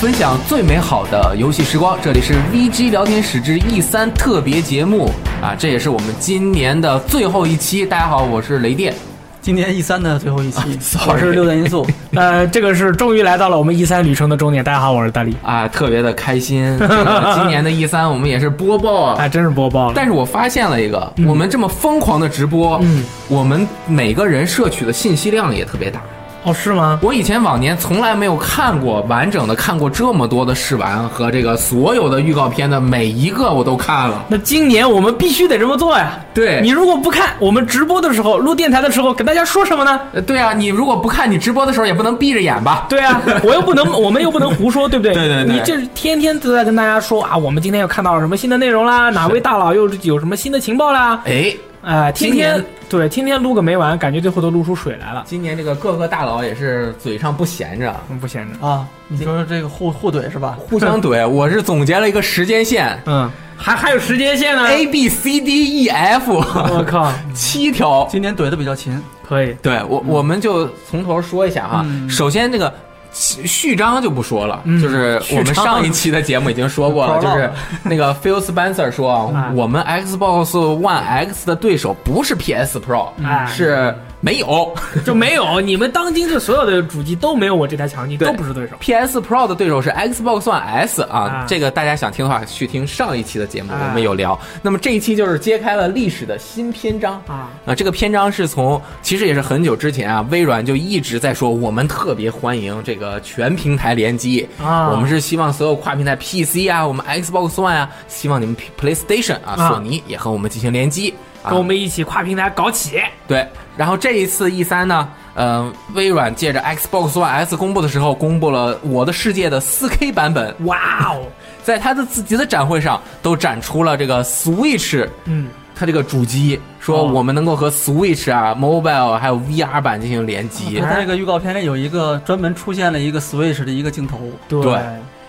分享最美好的游戏时光。这里是 VG 聊天室之 E 三特别节目啊，这也是我们今年的最后一期。大家好，我是雷电。今年 E 三的 最后一期，啊 sorry 我是六段音 速。 呃，这个是终于来到了我们一 E 三旅程的终点。大家好，我是大力。啊，特别的开心。这个今年的 E 三我们也是播报啊，哎，真是播报了。但是我发现了一个，我们这么疯狂的直播，嗯，我们每个人摄取的信息量也特别大。哦，是吗？我以前往年从来没有看过完整的看过这么多的试玩和这个所有的预告片的每一个我都看了。那今年我们必须得这么做呀。对你如果不看我们直播的时候，录电台的时候，给大家说什么呢？呃对啊，你如果不看，你直播的时候也不能闭着眼吧？对啊，我又不能，我们又不能胡说，对不对？对对对你这是天天都在跟大家说啊，我们今天又看到了什么新的内容啦，哪位大佬又有什么新的情报啦？哎，哎、天今年天对，天天录个没完，感觉最后都录出水来了。今年这个各个大佬也是嘴上不闲着，嗯不闲着，啊，你说这个互互怼是吧？互相怼。我是总结了一个时间 线嗯，还还有时间线呢。 ，A B C D E F 我靠，七条。今年怼的比较勤，可以。对我，我们就从头说一下哈。嗯首先，这个序序章就不说了，嗯就是我们序章上一期的节目已经说 过了，不知就道是那个 Phil Spencer 说啊哎，我们 Xbox One X 的对手不是 PS Pro，、哎是没有就没有，你们当今这所有的主机都没有我这台强劲，对都不是对手。 PS Pro 的对手是 Xbox One S 啊啊。这个大家想听的话，去听上一期的节目，哎我们有聊。那么这一期就是揭开了历史的新篇章啊啊，这个篇章是从其实也是很久之前啊，微软就一直在说我们特别欢迎这个全平台联机啊我们是希望所有跨平台 PC 啊，我们 Xbox One 啊，希望你们 P- PlayStation 啊，啊索尼也和我们进行联机啊跟我们一起跨平台搞起，对，然后这一次 E 三呢，呃，微软借着 Xbox One S 公布的时候，公布了《我的世界》的 4K 版本，哇哦，在它的自己的展会上都展出了这个 Switch 嗯，它这个主机，说哦我们能够和 Switch 啊、Mobile 还有 VR 版进行联机他，那个预告片里有一个专门出现了一个 Switch 的一个镜头。对对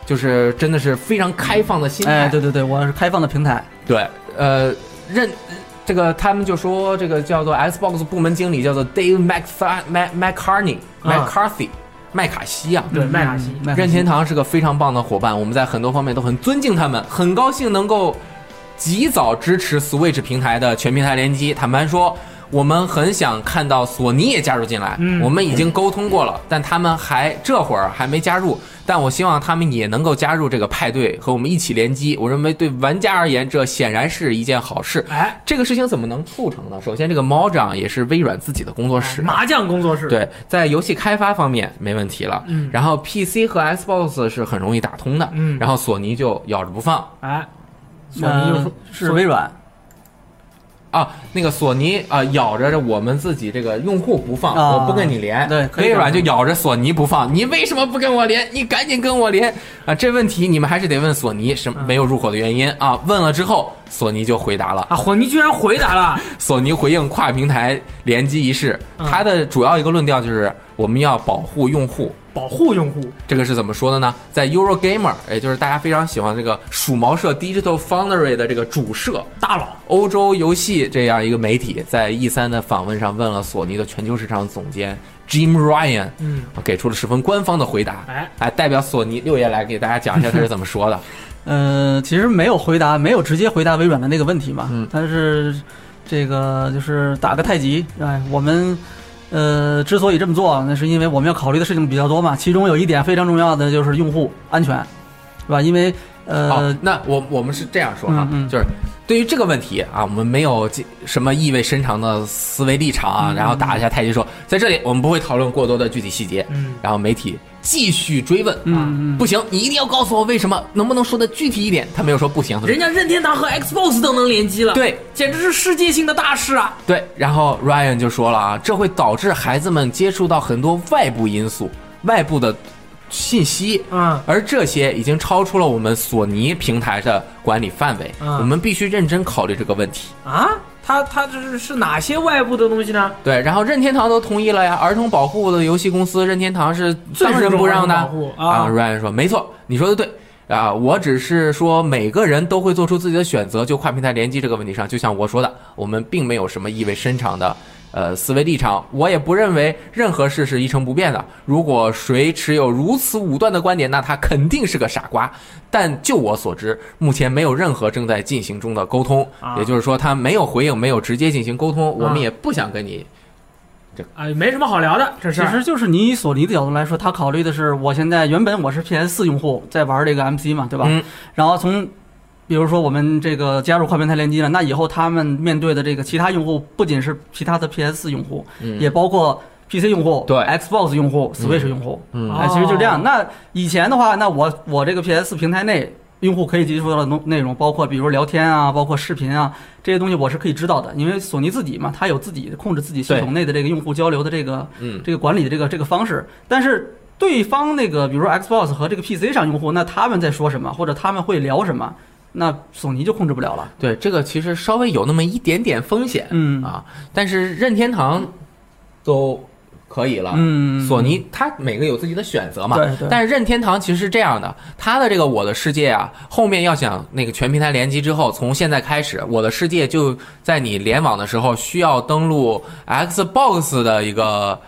就是真的是非常开放的心态。哎，对对对，我是开放的平台。对，呃，认这个他们就说这个叫做 Xbox 部门经理叫做 Dave Mac Mac McCartney 啊 McCarthy、麦卡锡啊，对，嗯麦卡锡，麦卡锡任天堂是个非常棒的伙伴，我们在很多方面都很尊敬他们，很高兴能够及早支持 Switch 平台的全平台联机。坦白说，我们很想看到索尼也加入进来，嗯我们已经沟通过了，但他们还这会儿还没加入。但我希望他们也能够加入这个派对，和我们一起联机。我认为对玩家而言，这显然是一件好事。哎，这个事情怎么能促成呢？首先，这个猫掌也是微软自己的工作室，哎麻将工作室，，对，在游戏开发方面没问题了。嗯然后 PC 和 Xbox 是很容易打通的。嗯然后索尼就咬着不放哎，索尼又呃说是微软，啊，那个索尼啊、咬着我们自己这个用户不放，啊我不跟你连。对可以微软这就样咬着索尼不放，你为什么不跟我连？你赶紧跟我连啊！这问题你们还是得问索尼什么嗯没有入伙的原因啊。问了之后，索尼就回答了。啊，索尼居然回 答了，索尼回应跨平台联机一事，嗯它的主要一个论调就是我们要保护用户。保护用户，这个是怎么说的呢？在 Eurogamer，也就是大家非常喜欢这个鼠毛社 Digital Foundry 的这个主社大佬，欧洲游戏这样一个媒体，在 E 3的访问上问了索尼的全球市场总监 Jim Ryan，嗯，给出了十分官方的回答。哎，哎，代表索尼六爷来给大家讲一下他是怎么说的。呃，其实没有回答，没有直接回答微软的那个问题嘛。嗯但是这个就是打个太极，哎，我们呃之所以这么做，那是因为我们要考虑的事情比较多嘛。其中有一点非常重要的就是用户安全，是吧？因为好、呃，那我我们是这样说哈、嗯嗯就是对于这个问题啊，我们没有这什么意味深长的思维立场啊，嗯然后打了一下太极说，在这里我们不会讨论过多的具体细节。嗯，然后媒体继续追问，啊嗯嗯，不行，你一定要告诉我为什么，能不能说的具体一点？他没有说不行，他说人家任天堂和 Xbox 都能联机了，，对简直是世界性的大事啊，对。然后 Ryan 就说了啊，这会导致孩子们接触到很多外部因素、外部的信息。嗯，而这些已经超出了我们索尼平台的管理范围，嗯我们必须认真考虑这个问题。啊，他他这是是哪些外部的东西呢？对，然后任天堂都同意了呀，儿童保护的游戏公司任天堂是最当仁不让的注重儿童保护啊啊，Ryan 说没错，你说的对啊，我只是说每个人都会做出自己的选择，就跨平台联机这个问题上，就像我说的，我们并没有什么意味深长的呃思维立场，我也不认为任何事是一成不变的。如果谁持有如此武断的观点，那他肯定是个傻瓜。但就我所知，目前没有任何正在进行中的沟通，啊也就是说他没有回应，没有直接进行沟通，我啊们也不想跟你。啊，没什么好聊的，这其事儿。实就是你以索尼的角度来说，他考虑的是，我现在原本我是 PS 四用户，在玩这个 MC 嘛，对吧？嗯然后从比如说我们这个加入跨平台联机了，那以后他们面对的这个其他用户，不仅是其他的 PS 四用户，嗯也包括 PC 用户、对 Xbox 用户、嗯 Switch 用户。哦嗯哎，其实就这样。那以前的话，那我我这个 PS 平台内用户可以接触到的东内容，包括比如聊天啊，包括视频啊这些东西，我是可以知道的，因为索尼自己嘛，它有自己控制自己系统内的这个用户交流的这个嗯这个管理的这个这个方式。但是对方那个，比如说 Xbox 和这个 PC 上用户，那他们在说什么，或者他们会聊什么，那索尼就控制不了了。对，这个其实稍微有那么一点点风险、嗯啊，但是任天堂都可以了。嗯，索尼它每个有自己的选择嘛，对对但是任天堂其实是这样的，它的这个《我的世界》啊，后面要想那个全平台联机之后，从现在开始，《我的世界》就在你联网的时候需要登录 Xbox 的一个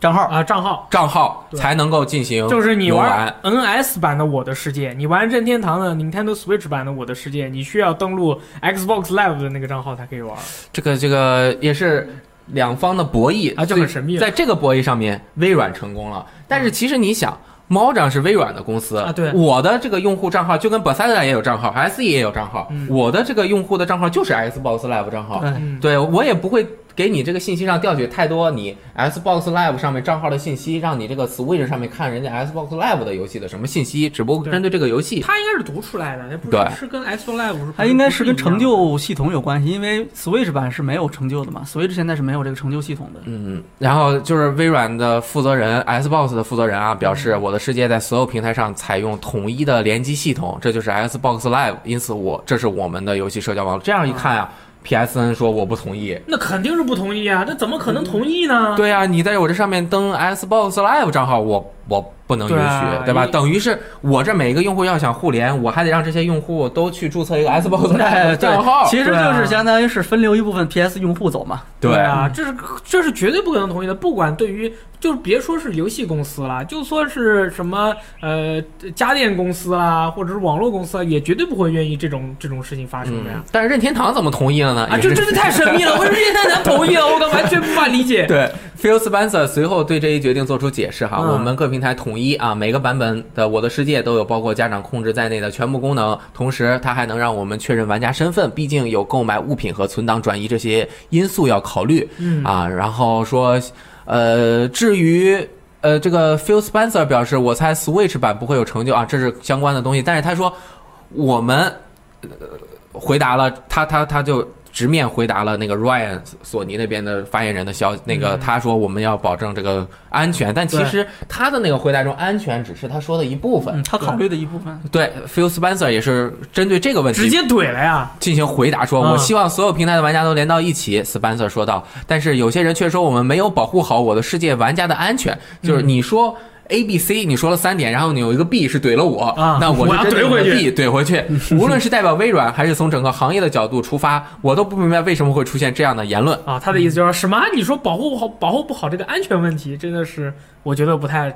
账号啊，账号账号对才能够进行游玩，就是你玩 NS 版的《我的世界》，你玩任天堂的 Nintendo Switch 版的《我的世界》，你需要登录 Xbox Live 的那个账号才可以玩这个这个也是两方的博弈啊，就很神秘了。在这个博弈上面，微软成功了。但是其实你想，猫掌是微软的公司啊对我的这个用户账号就跟 Bethesda 也有账号，SE 也有账号，嗯我的这个用户的账号就是 Xbox Live 账号，对嗯，对我也不会给你这个信息上调取太多你 Xbox Live 上面账号的信息，让你这个 Switch 上面看人家 Xbox Live 的游戏的什么信息，只不过对针对这个游戏，它应该是读出来的，那不对是是跟 Xbox Live 不是？它应该是跟成就系统有关系，因为 Switch 版是没有成就的嘛，Switch 现在是没有这个成就系统的。嗯，然后就是微软的负责人，Xbox 的负责人啊，表示我的世界在所有平台上采用统一的联机系统，这就是 Xbox Live，因此我这是我们的游戏社交网络。这样一看啊，PSN 说我不同意。那肯定是不同意啊，那怎么可能同意呢？对啊，你在我这上面登 Xbox Live 账号，我我不能允许，对啊对吧？你等于是我这每个用户要想互联，我还得让这些用户都去注册一个 Xbox 哎 Live 对账号。，其实对就啊是相当于是分流一部分 PS 用户走嘛。对啊，这是这是绝对不可能同意的。不管对于，就别说是游戏公司啦，就说是什么呃家电公司啦，或者是网络公司啊，也绝对不会愿意这种这种事情发生的呀嗯。，但是任天堂怎么同意了呢？啊，也这是真是太神秘了，我是任天堂同意了，我完全无法理 解。对，Phil Spencer 随后对这一决定做出解释哈，嗯我们各平台统一啊，每个版本的《我的世界》都有包括家长控制在内的全部功能，同时它还能让我们确认玩家身份，毕竟有购买物品和存档转移这些因素要考虑嗯啊。然后说，呃，至于。呃，这个 Phil Spencer 表示，我猜 Switch 版不会有成就啊，这是相关的东西。但是他说，我们呃回答了他，他他就直面回答了那个 Ryan 索尼那边的发言人的消，那个嗯他说我们要保证这个安全，但其实他的那个回答中，安全只是他说的一部分。嗯，他考虑的一部分。对，Phil Spencer 也是针对这个问直题接怼了呀！进行回答说，嗯我希望所有平台的玩家都连到一起。Spencer 说道，但是有些人却说我们没有保护好我的世界玩家的安全，就是嗯你说。A、B、C，你说了三点，然后你有一个 B 是怼了我，啊那我我要是针对怼你的回去 B 怼回去。 无论是代表微软，还是从整个行业的角度出发，我都不明白为什么会出现这样的言论。啊，他的意思嗯就是什么？你说保护不好，保护不好这个安全问题，真的是我觉得不太，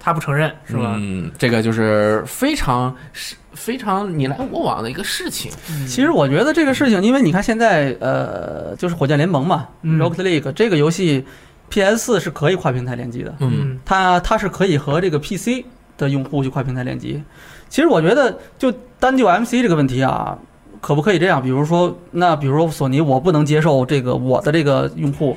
他不承认是吧？嗯，这个就是非常是非常你来我往的一个事情。嗯其实我觉得这个事情，因为你看现在呃，就是火箭联盟嘛、嗯 r o c k e t League 这个游戏，PS 四是可以跨平台联机的，嗯，它它是可以和这个 PC 的用户去跨平台联机。其实我觉得，就单就 MC 这个问题啊，可不可以这样？比如说，那比如说索尼，我不能接受这个我的这个用户，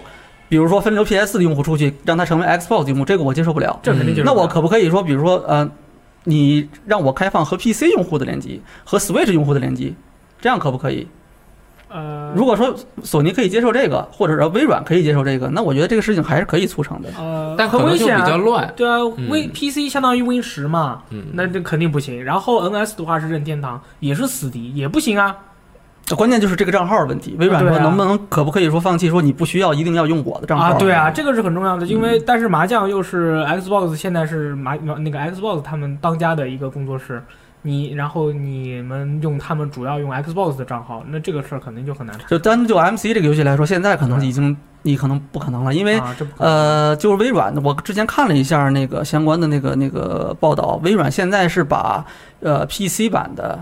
比如说分流 PS 的用户出去，让他成为 Xbox 用户，这个我接受不了。这肯定就是嗯那我可不可以说，比如说，呃，你让我开放和 PC 用户的联机和 Switch 用户的联机，这样可不可以？呃，如果说索尼可以接受这个，或者说微软可以接受这个，那我觉得这个事情还是可以促成的。呃，但可很能危就比险较啊。乱。对啊嗯，Win PC 相当于 Win 十嘛，嗯那这肯定不行。然后 NS 的话是任天堂，也是死敌，也不行啊。关键就是这个账号问题，微软对说啊能不能、可不可以说放弃，说你不需要一定要用我的账号嗯啊，对啊，，这个是很重要的，因为但是麻将又是 Xbox 现在是麻那个 Xbox 他们当家的一个工作室，你然后你们用他们主要用 Xbox 的账号，那这个事儿肯定就很难谈。就单就 MC 这个游戏来说，现在可能已经你可能不可能了，因为啊，这不可能呃，就是微软，我之前看了一下那个相关的那个那个报道，微软现在是把呃 PC 版的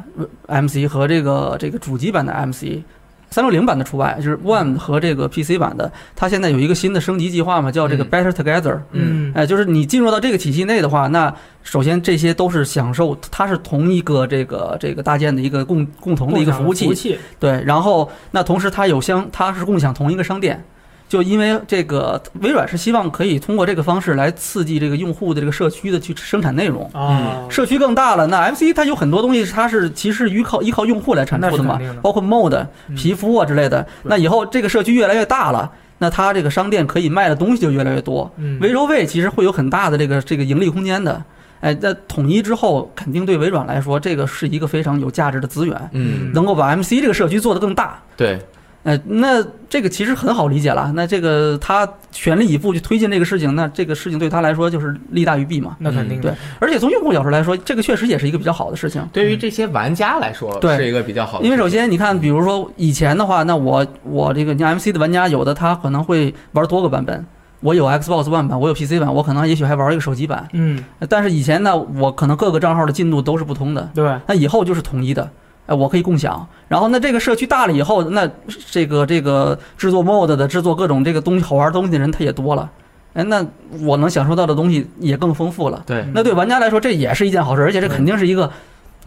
MC 和这个这个主机版的 MC。三六零版的除外，就是 One 和这个 PC 版的，它现在有一个新的升级计划嘛，叫这个嗯 Better Together，、嗯嗯哎，就是你进入到这个体系内的话，那首先这些都是享受，它是同一个这个这个搭建的一个共共同的一个服务器，对。然后那同时它有相，它是共享同一个商店，就因为这个微软是希望可以通过这个方式来刺激这个用户的这个社区的去生产内容。啊，社区更大了，那 MC 它有很多东西，它是其实依靠依靠用户来产出的那是嘛肯定的，包括 mod、嗯皮肤啊之类的。那以后这个社区越来越大了，那它这个商店可以卖的东西就越来越多。嗯微柔位其实会有很大的这个这个盈利空间的。哎，那统一之后，肯定对微软来说，这个是一个非常有价值的资源，嗯，能够把 MC 这个社区做得更大。对，嗯哎，那这个其实很好理解了。那这个他全力以赴去推进这个事情，那这个事情对他来说就是利大于弊嘛。那肯定的对而且从用户角度来说，这个确实也是一个比较好的事情。对于这些玩家来说，对是一个比较好的事情，因为首先你看，比如说以前的话，那我我这个你 MC 的玩家有的他可能会玩多个版本，我有 Xbox One 版，我有 PC 版，我可能也许还玩一个手机版。嗯，但是以前呢，我可能各个账号的进度都是不同的，嗯对，那以后就是统一的。哎，我可以共享。然后，那这个社区大了以后，那这个这个制作 mod 的、制作各种这个东西好玩东西的人，他也多了。哎，那我能享受到的东西也更丰富了。对，那对玩家来说，这也是一件好事，而且这肯定是一个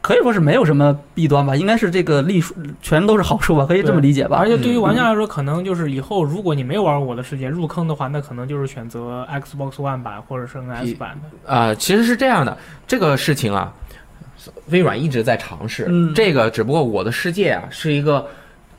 可以说是没有什么弊端吧，应该是这个利数全都是好处吧，可以这么理解吧而？且对于玩家来说，可能就是以后如果你没玩《我的世界》入坑的话，那可能就是选择 Xbox One 版或者是 NS 版的。呃，其实是这样的，这个事情啊，微软一直在尝试。嗯这个只不过我的世界啊是一个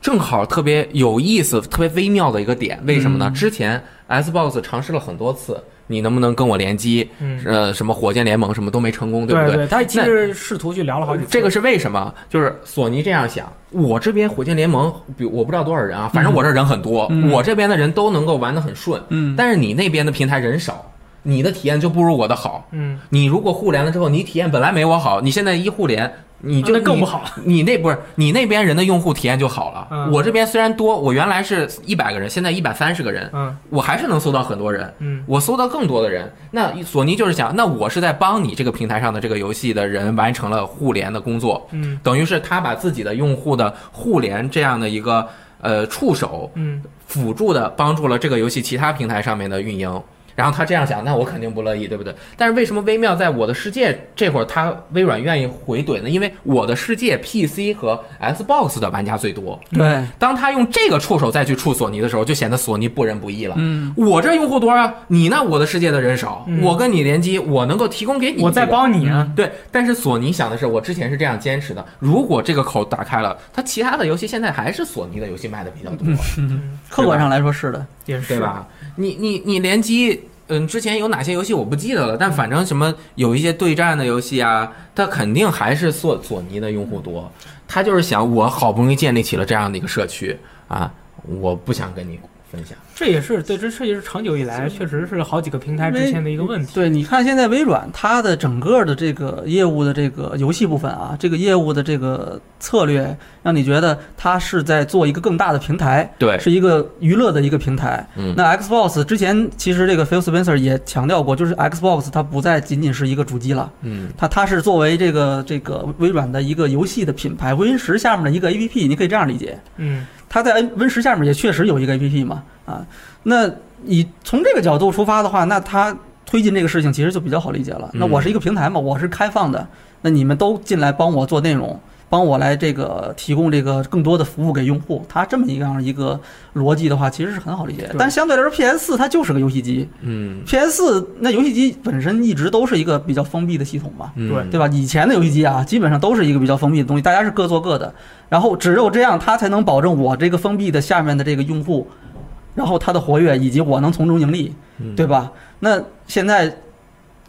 正好特别有意思、特别微妙的一个点。为什么嗯呢？之前 Xbox 尝试了很多次，你能不能跟我联机？嗯，呃，什么火箭联盟什么都没成功，不对对？他其实试图去聊了好几次这个是为什么？就是索尼这样想，我这边火箭联盟，比我不知道多少人啊，反正我这人很多，嗯我这边的人都能够玩得很顺，嗯，但是你那边的平台人少，你的体验就不如我的好。嗯，你如果互联了之后，你体验本来没我好，你现在一互联，你就那更不好。 你你那不是你那边人的用户体验就好了。嗯我这边虽然多，我原来是一百个人，现在一百三十个人，嗯我还是能搜到很多人。嗯我搜到更多的人，那索尼就是想，那我是在帮你这个平台上的这个游戏的人完成了互联的工作，嗯等于是他把自己的用户的互联这样的一个呃触手嗯辅助的帮助了这个游戏其他平台上面的运营。然后他这样想，那我肯定不乐意，对不对？但是为什么微妙在我的世界这会儿，他微软愿意回怼呢？因为我的世界 PC 和 Xbox 的玩家最多。对，当他用这个触手再去触索尼的时候，就显得索尼不仁不义了。嗯，我这用户多啊，你呢？我的世界的人少，嗯我跟你联机，我能够提供给你。我在帮你嗯啊。对，但是索尼想的是，我之前是这样坚持的，如果这个口打开了，它其他的游戏现在还是索尼的游戏卖的比较多，客观上来说是的，也是对？吧？你你你联机，嗯，之前有哪些游戏我不记得了，但反正什么有一些对战的游戏啊，它肯定还是索索尼的用户多，他就是想我好不容易建立起了这样的一个社区啊，我不想跟你分享，这也是对，这这也是长久以来确实是好几个平台之前的一个问题。对，你看现在微软它的整个的这个业务的这个游戏部分啊，这个业务的这个策略，让你觉得它是在做一个更大的平台，对，是一个娱乐的一个平台。嗯那 Xbox 之前其实这个 Phil Spencer 也强调过，就是 Xbox 它不再仅仅是一个主机了，嗯它它是作为这个这个微软的一个游戏的品牌，Win 十下面的一个 APP，你可以这样理解。嗯它在 N Win 十下面也确实有一个 APP 嘛，啊，那你从这个角度出发的话，那它推进这个事情其实就比较好理解了。嗯那我是一个平台嘛，我是开放的，那你们都进来帮我做内容，帮我来这个提供这个更多的服务给用户，它这么一样一个逻辑的话，其实是很好理解的对。但相对来说，PS 四它就是个游戏机嗯，PS 四那游戏机本身一直都是一个比较封闭的系统嘛，嗯，对对吧？以前的游戏机啊，基本上都是一个比较封闭的东西，大家是各做各的，然后只有这样，它才能保证我这个封闭的下面的这个用户，然后它的活跃，以及我能从中盈利，嗯对吧？那现在。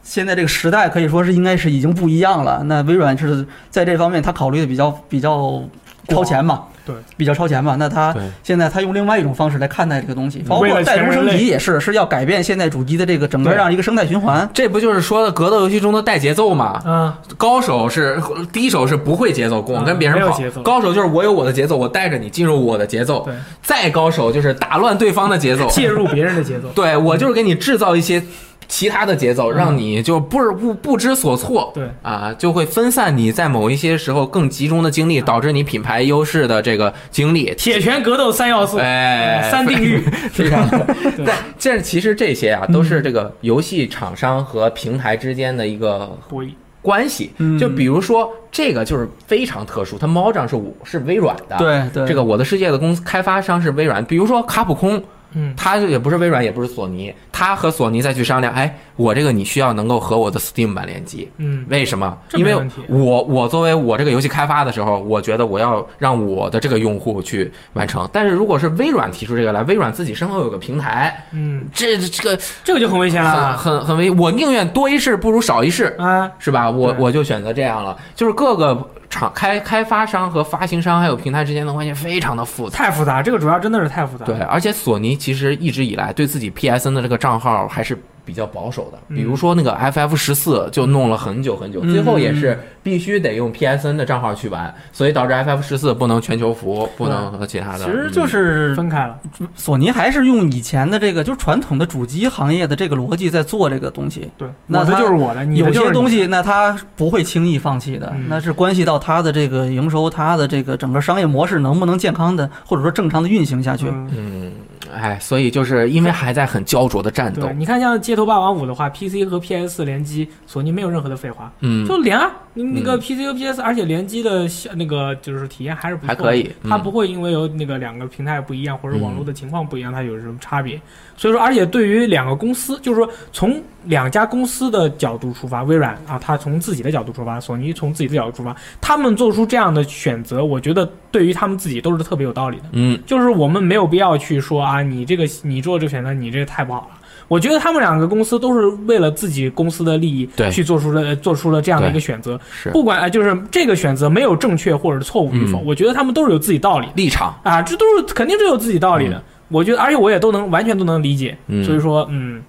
现在这个时代可以说是应该是已经不一样了。那微软是在这方面，它考虑的比较比较超前嘛，对，比较超前嘛。那它对现在它用另外一种方式来看待这个东西，包为括了代全工人升类级也是，是要改变现在主机的这个整个对这样一个生态循环。这不就是说的格斗游戏中的带节奏吗？啊，高手是低手是不会节奏，我嗯跟别人没有跑节奏；高手就是我有我的节奏，我带着你进入我的节奏对；再高手就是打乱对方的节奏，，介入别人的节奏 对我就是给你制造一些其他的节奏，嗯让你就不是不不知所措。对啊，就会分散你在某一些时候更集中的精力，导致你品牌优势的这个精力。铁拳格斗三要素，哎，三定律，非常好。对但这其实这些啊，都是这个游戏厂商和平台之间的一个博弈，关系。嗯就比如说这个就是非常特殊，它猫杖是我是微软的，，对对，这个我的世界的公司开发商是微软。比如说卡普空，嗯，它也不是微软，也不是索尼，它和索尼再去商量，哎，我这个你需要能够和我的 Steam 版联机。嗯，为什么？这因没为问题我我作为我这个游戏开发的时候，我觉得我要让我的这个用户去完成。但是如果是微软提出这个来，微软自己身后有个平台，嗯，这这个这啊个就很危险很了很很危，我宁愿多一事不如少一事。啊，是吧？我对我就选择这样了。就是各个厂开开发商和发行商还有平台之间的关系非常的复杂。太复杂，这个主要真的是太复杂，对，，而且索尼其实一直以来对自己 PSN 的这个账号还是比较保守的，嗯比如说那个 FF 十四就弄了很久很久，嗯最后也是必须得用 PSN 的账号去玩，所以导致 FF 十四不能全球服，不能和其嗯他的。嗯其实就是分开了，索尼还是用以前的这个，就是传统的主机行业的这个逻辑在做这个东西。对，那我的它就是我的，你有的就些是东你的，西，那它不会轻易放弃的，嗯那是关系到它的这个营收，它的这个整个商业模式能不能健康的，或者说正常的运行下去。嗯嗯，哎，所以就是因为还在很焦灼的战斗对，，你看像《街头霸王五》的话，PC 和 PS 联机，索尼没有任何的废话，嗯，就连啊，你那个嗯 PC 和 PS，而且联机的效那个就是体验还是不错还的可，以，嗯它不会因为有那个两个平台不一样，或者网络的情况不一样，它有什么差别。所以说，而且对于两个公司，就是说从两家公司的角度出发，微软啊，它从自己的角度出发，索尼从自己的角度出发，他们做出这样的选择，我觉得对于他们自己都是特别有道理的。嗯就是我们没有必要去说啊，你这个你做这个选择，你这个太不好了。我觉得他们两个公司都是为了自己公司的利益对去做出了做出了这样的一个选择，是不管呃就是这个选择没有正确或者错误与否，嗯我觉得他们都是有自己道理的立场，啊，这都是肯定是有自己道理的。我觉得，而且我也都能完全都能理解，嗯所以说，嗯，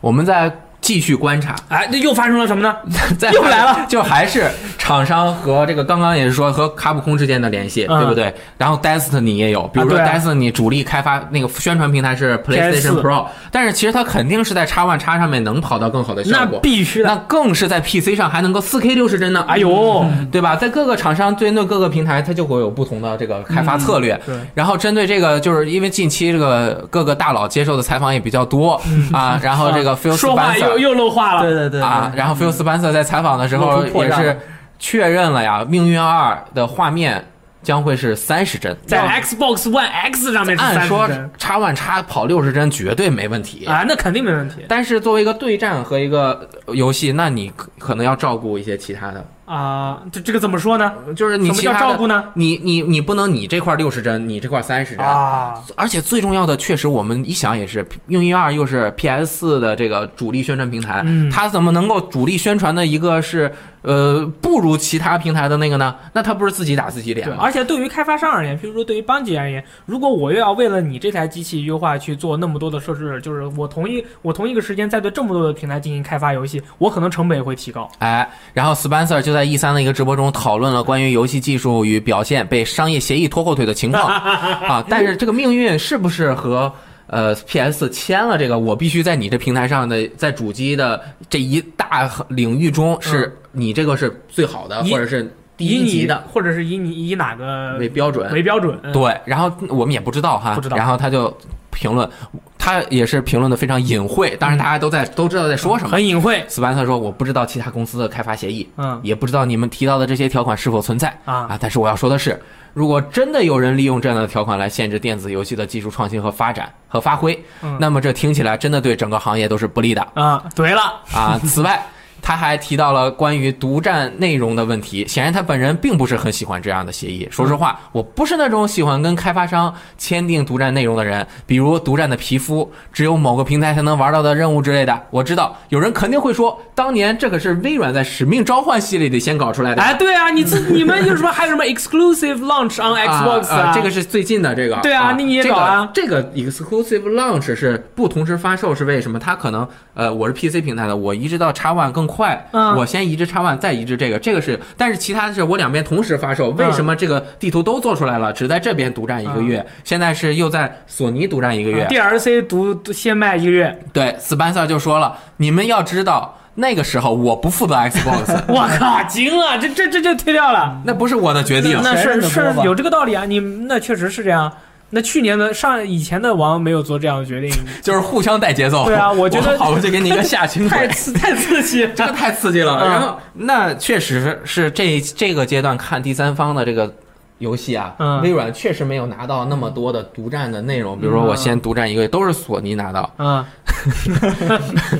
我们再继续观察。哎，那又发生了什么呢？再又来了，就还是厂商和这个刚刚也是说和卡普空之间的联系，嗯对不对？然后 Destiny 也有，比如说啊对啊 Destiny 主力开发那个宣传平台是 PlayStation PS4 Pro，但是其实它肯定是在 X One X 上面能跑到更好的效那果，必须那的，更是在 PC 上还能够 4K 六十帧呢，嗯哎呦，对吧？在各个厂商针对各个平台，它就会有不同的这个开发策略。嗯对，然后针对这个，就是因为近期这个各个大佬接受的采访也比较多、啊，然后这个 Phil 嗯说话 Spencer 又又漏话了，对对对嗯啊，然后菲 h 斯班瑟在采访的时露候出破也绽是了确认了呀，《命运二》的画面将会是三十帧，在 Xbox One X 上面是按三说十帧叉 One 叉跑六十帧绝对没问题。啊，那肯定没问题但是作为一个对战和一个游戏，那你可可能要照顾一些其他的，啊，这这个怎么说呢？就是你什么其叫他照的，顾呢？你你你不能你这块六十帧，你这块三十帧。啊，而且最重要的，确实我们一想也是，《命运二》又是 PS 四的这个主力宣传平台，嗯它怎么能够主力宣传的一个是呃不如其他平台的那个呢？那它不是自己打自己脸对，吗？而且对于开发商而言，比如说对于邦吉而言，如果我又要为了你这台机器优化去做那么多的设置，就是我同一我同一个时间在对这么多的平台进行开发游戏，我可能成本也会提高。哎，然后 Spencer 就在 E 3的一个直播中讨论了关于游戏技术与表现被商业协议拖后腿的情 况啊，但是这个命运是不是和？呃，PS 签了这个，我必须在你这平台上的，在主机的这一大领域中，是、你这个是最好的，嗯以或者是第以一级你的，，或者是以你以哪个为标准。为标准？嗯，对，然后我们也不知道哈，不知道然后他就评论，他也是评论的非常隐晦，当然大家都在都知道在说什么。嗯很隐晦。斯班特说：“我不知道其他公司的开发协议，嗯也不知道你们提到的这些条款是否存在啊，啊。但是我要说的是，如果真的有人利用这样的条款来限制电子游戏的技术创新和发展和发挥，嗯那么这听起来真的对整个行业都是不利的啊，对了，啊。此外，他还提到了关于独占内容的问题，显然他本人并不是很喜欢这样的协议。说实话，我不是那种喜欢跟开发商签订独占内容的人，比如独占的皮肤，只有某个平台才能玩到的任务之类的。我知道有人肯定会说，当年这可是微软在《使命召唤》系列里先搞出来的。哎，对 啊，你自你们有什么还有什么 exclusive launch on Xbox 啊这个是最近的这个。对啊啊，那你也搞啊这个。这个 exclusive launch 是不同时发售，是为什么？它可能呃，我是 PC 平台的，我移植到 X One 更快，嗯我先移植 X One，再移植这个，这个是。但是其他的是我两边同时发售，为嗯什么这个地图都做出来了，只在这边独占一个月，现在是又在索尼独占一个月？ DLC 独独先卖一个月，对，Spencer 就说了，你们要知道。那个时候我不负责 Xbox，我靠，惊了，这这这这推掉了。那不是我的决定。那谁是认得是多吧有这个道理啊，你那确实是这样。那去年的上以前的王没有做这样的决定，就是互相带节奏。对 啊我觉得跑过去给你一个下群 太腿，刺太刺激 了。 这个太刺激了。嗯然后那确实是这这个阶段看第三方的这个。游戏啊，嗯微软确实没有拿到那么多的独占的内容，比如说我先独占一个，都是索尼拿到。嗯，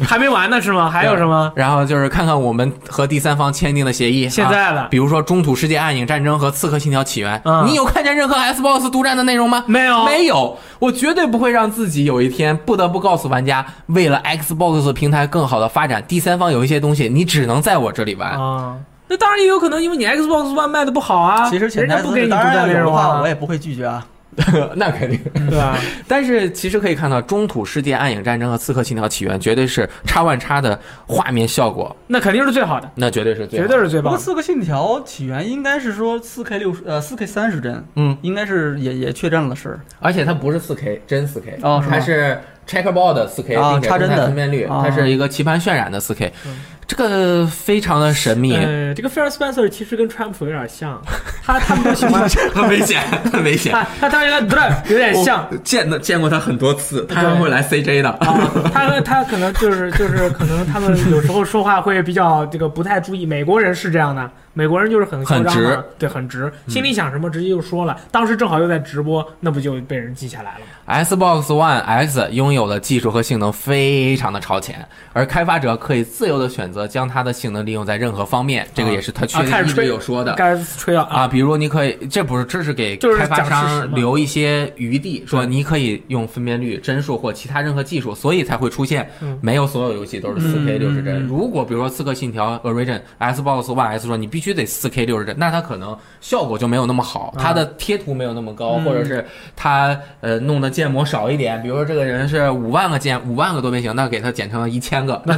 还没完呢是吗？还有什啊么？然后就是看看我们和第三方签订的协议，现啊、在了比如说《中土世界：暗影战争》和《刺客信条：起源》嗯你有看见任何 Xbox 独占的内容吗？没有？没有，我绝对不会让自己有一天不得不告诉玩家，为了 Xbox 平台更好的发展，第三方有一些东西你只能在我这里玩。啊，那当然也有可能，因为你 Xbox One 卖的不好啊，其实潜人台家不词给是，你独当然要占内有的容话，啊我，也不会拒绝啊。嗯 那肯定。对 吧？但是其实可以看到，《中土世界：暗影战争》和《刺客信条：起源》绝对是叉万叉的画面效果，那肯定是最好的，那绝对是最好的绝对是最不棒过《的。刺客信条：起源》应该是说四 K 六十呃四 K 三十帧，嗯，应该是也也确认了是而且它不是4 K 真4 K，、哦是吗它是 checkerboard 4 K，、啊并且插针的动态分辨率，哦它是一个棋盘渲染的4 K，、嗯这个非常的神秘。呃，这个 Fair Spencer 其实跟川普有点像，他他们都 喜欢，很危险，很危险他他他有点对，有点像，我见的见过他很多次，他还会来 CJ 的。啊，他他可能就是就是可能他们有时候说话会比较这个不太注意，美国人是这样的，美国人就是很嚣张嘛很直，嗯对，很直，心里想什么直接就说了。当时正好又在直播，那不就被人记下来了吗？ Xbox One X 拥有的技术和性能非常的超前，而开发者可以自由的选择将它的性能利用在任何方面，这个也是他确啊定开始一直吹有说的。该吹了啊！ 啊，比如你可以，这不是，这是给就是开发讲事实商嘛留一些余地，说你可以用分辨率、帧数或其他任何技术，所以才会出现嗯没有所有游戏都是四 K 嗯六十帧。嗯如果比如说《刺客信条 Origin》、Xbox One S 说你必须得四 K 六十帧，那它可能效果就没有那么好，它的贴图没有那么高，啊嗯或者是它呃弄的建模少一点。比如说这个人是五万个建五万个多边形，那给它减成一千个，那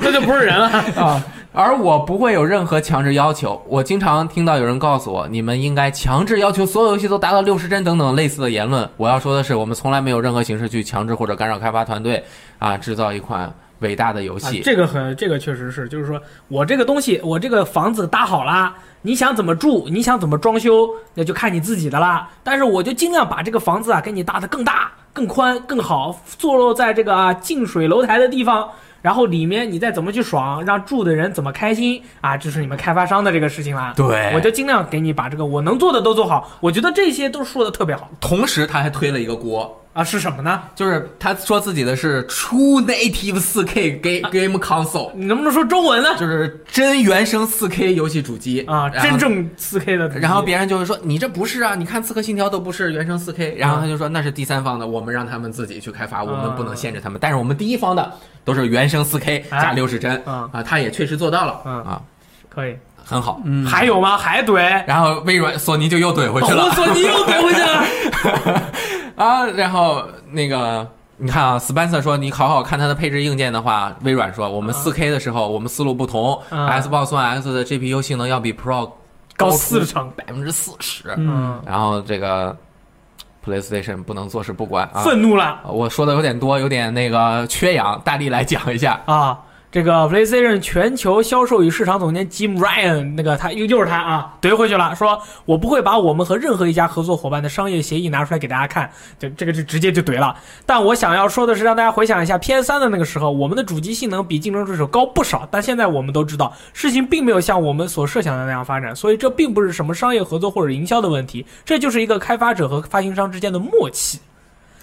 那就不是人了。啊，而我不会有任何强制要求。我经常听到有人告诉我，你们应该强制要求所有游戏都达到六十帧等等类似的言论。我要说的是，我们从来没有任何形式去强制或者干扰开发团队啊，制造一款伟大的游啊戏。这个很，这个确实是，就是说我这个东西，我这个房子搭好啦，你想怎么住，你想怎么装修，那就看你自己的啦。但是我就尽量把这个房子啊给你搭得更大、更宽、更好，坐落在这个啊近水楼台的地方。然后里面你再怎么去爽，让住的人怎么开心啊，这是你们开发商的这个事情啦。对我就尽量给你把这个我能做的都做好。我觉得这些都说的特别好同时，他还推了一个锅，啊，是什么呢？就是他说自己的是 True Native 4K Ga- Game Console，你能不能说中文呢？就是真原生 4K 游戏主机啊，然后真正4 K 的主机，然后别人就会说你这不是啊，你看《刺客信条》都不是原生 4K，然后他就说那是第三方的，我们让他们自己去开发，我们不能限制他们。但是我们第一方的都是原生 4K 加啊哎六十帧啊啊，他也确实做到了嗯啊，可以。很好。嗯还有吗？还怼？然后微软、索尼就又怼回去我了索尼又怼回去了。啊。然后那个你看啊，Spencer 说你好好看它的配置硬件的话，微软说我们 4K 的时候我们思路不同啊，Xbox One X 的 GPU 性能要比 Pro 高出四成，百分之四十，嗯，然后这个 PlayStation 不能坐视不管啊。愤怒了我说的有点多，有点那个缺氧，大力来讲一下。啊！这个 PlayStation 全球销售与市场总监 Jim Ryan，那个他又又是他啊，怼回去了，说我不会把我们和任何一家合作伙伴的商业协议拿出来给大家看，就这个就直接就怼了。但我想要说的是，让大家回想一下 PS 3的那个时候，我们的主机性能比竞争对手高不少，但现在我们都知道，事情并没有像我们所设想的那样发展，所以这并不是什么商业合作或者营销的问题，这就是一个开发者和发行商之间的默契。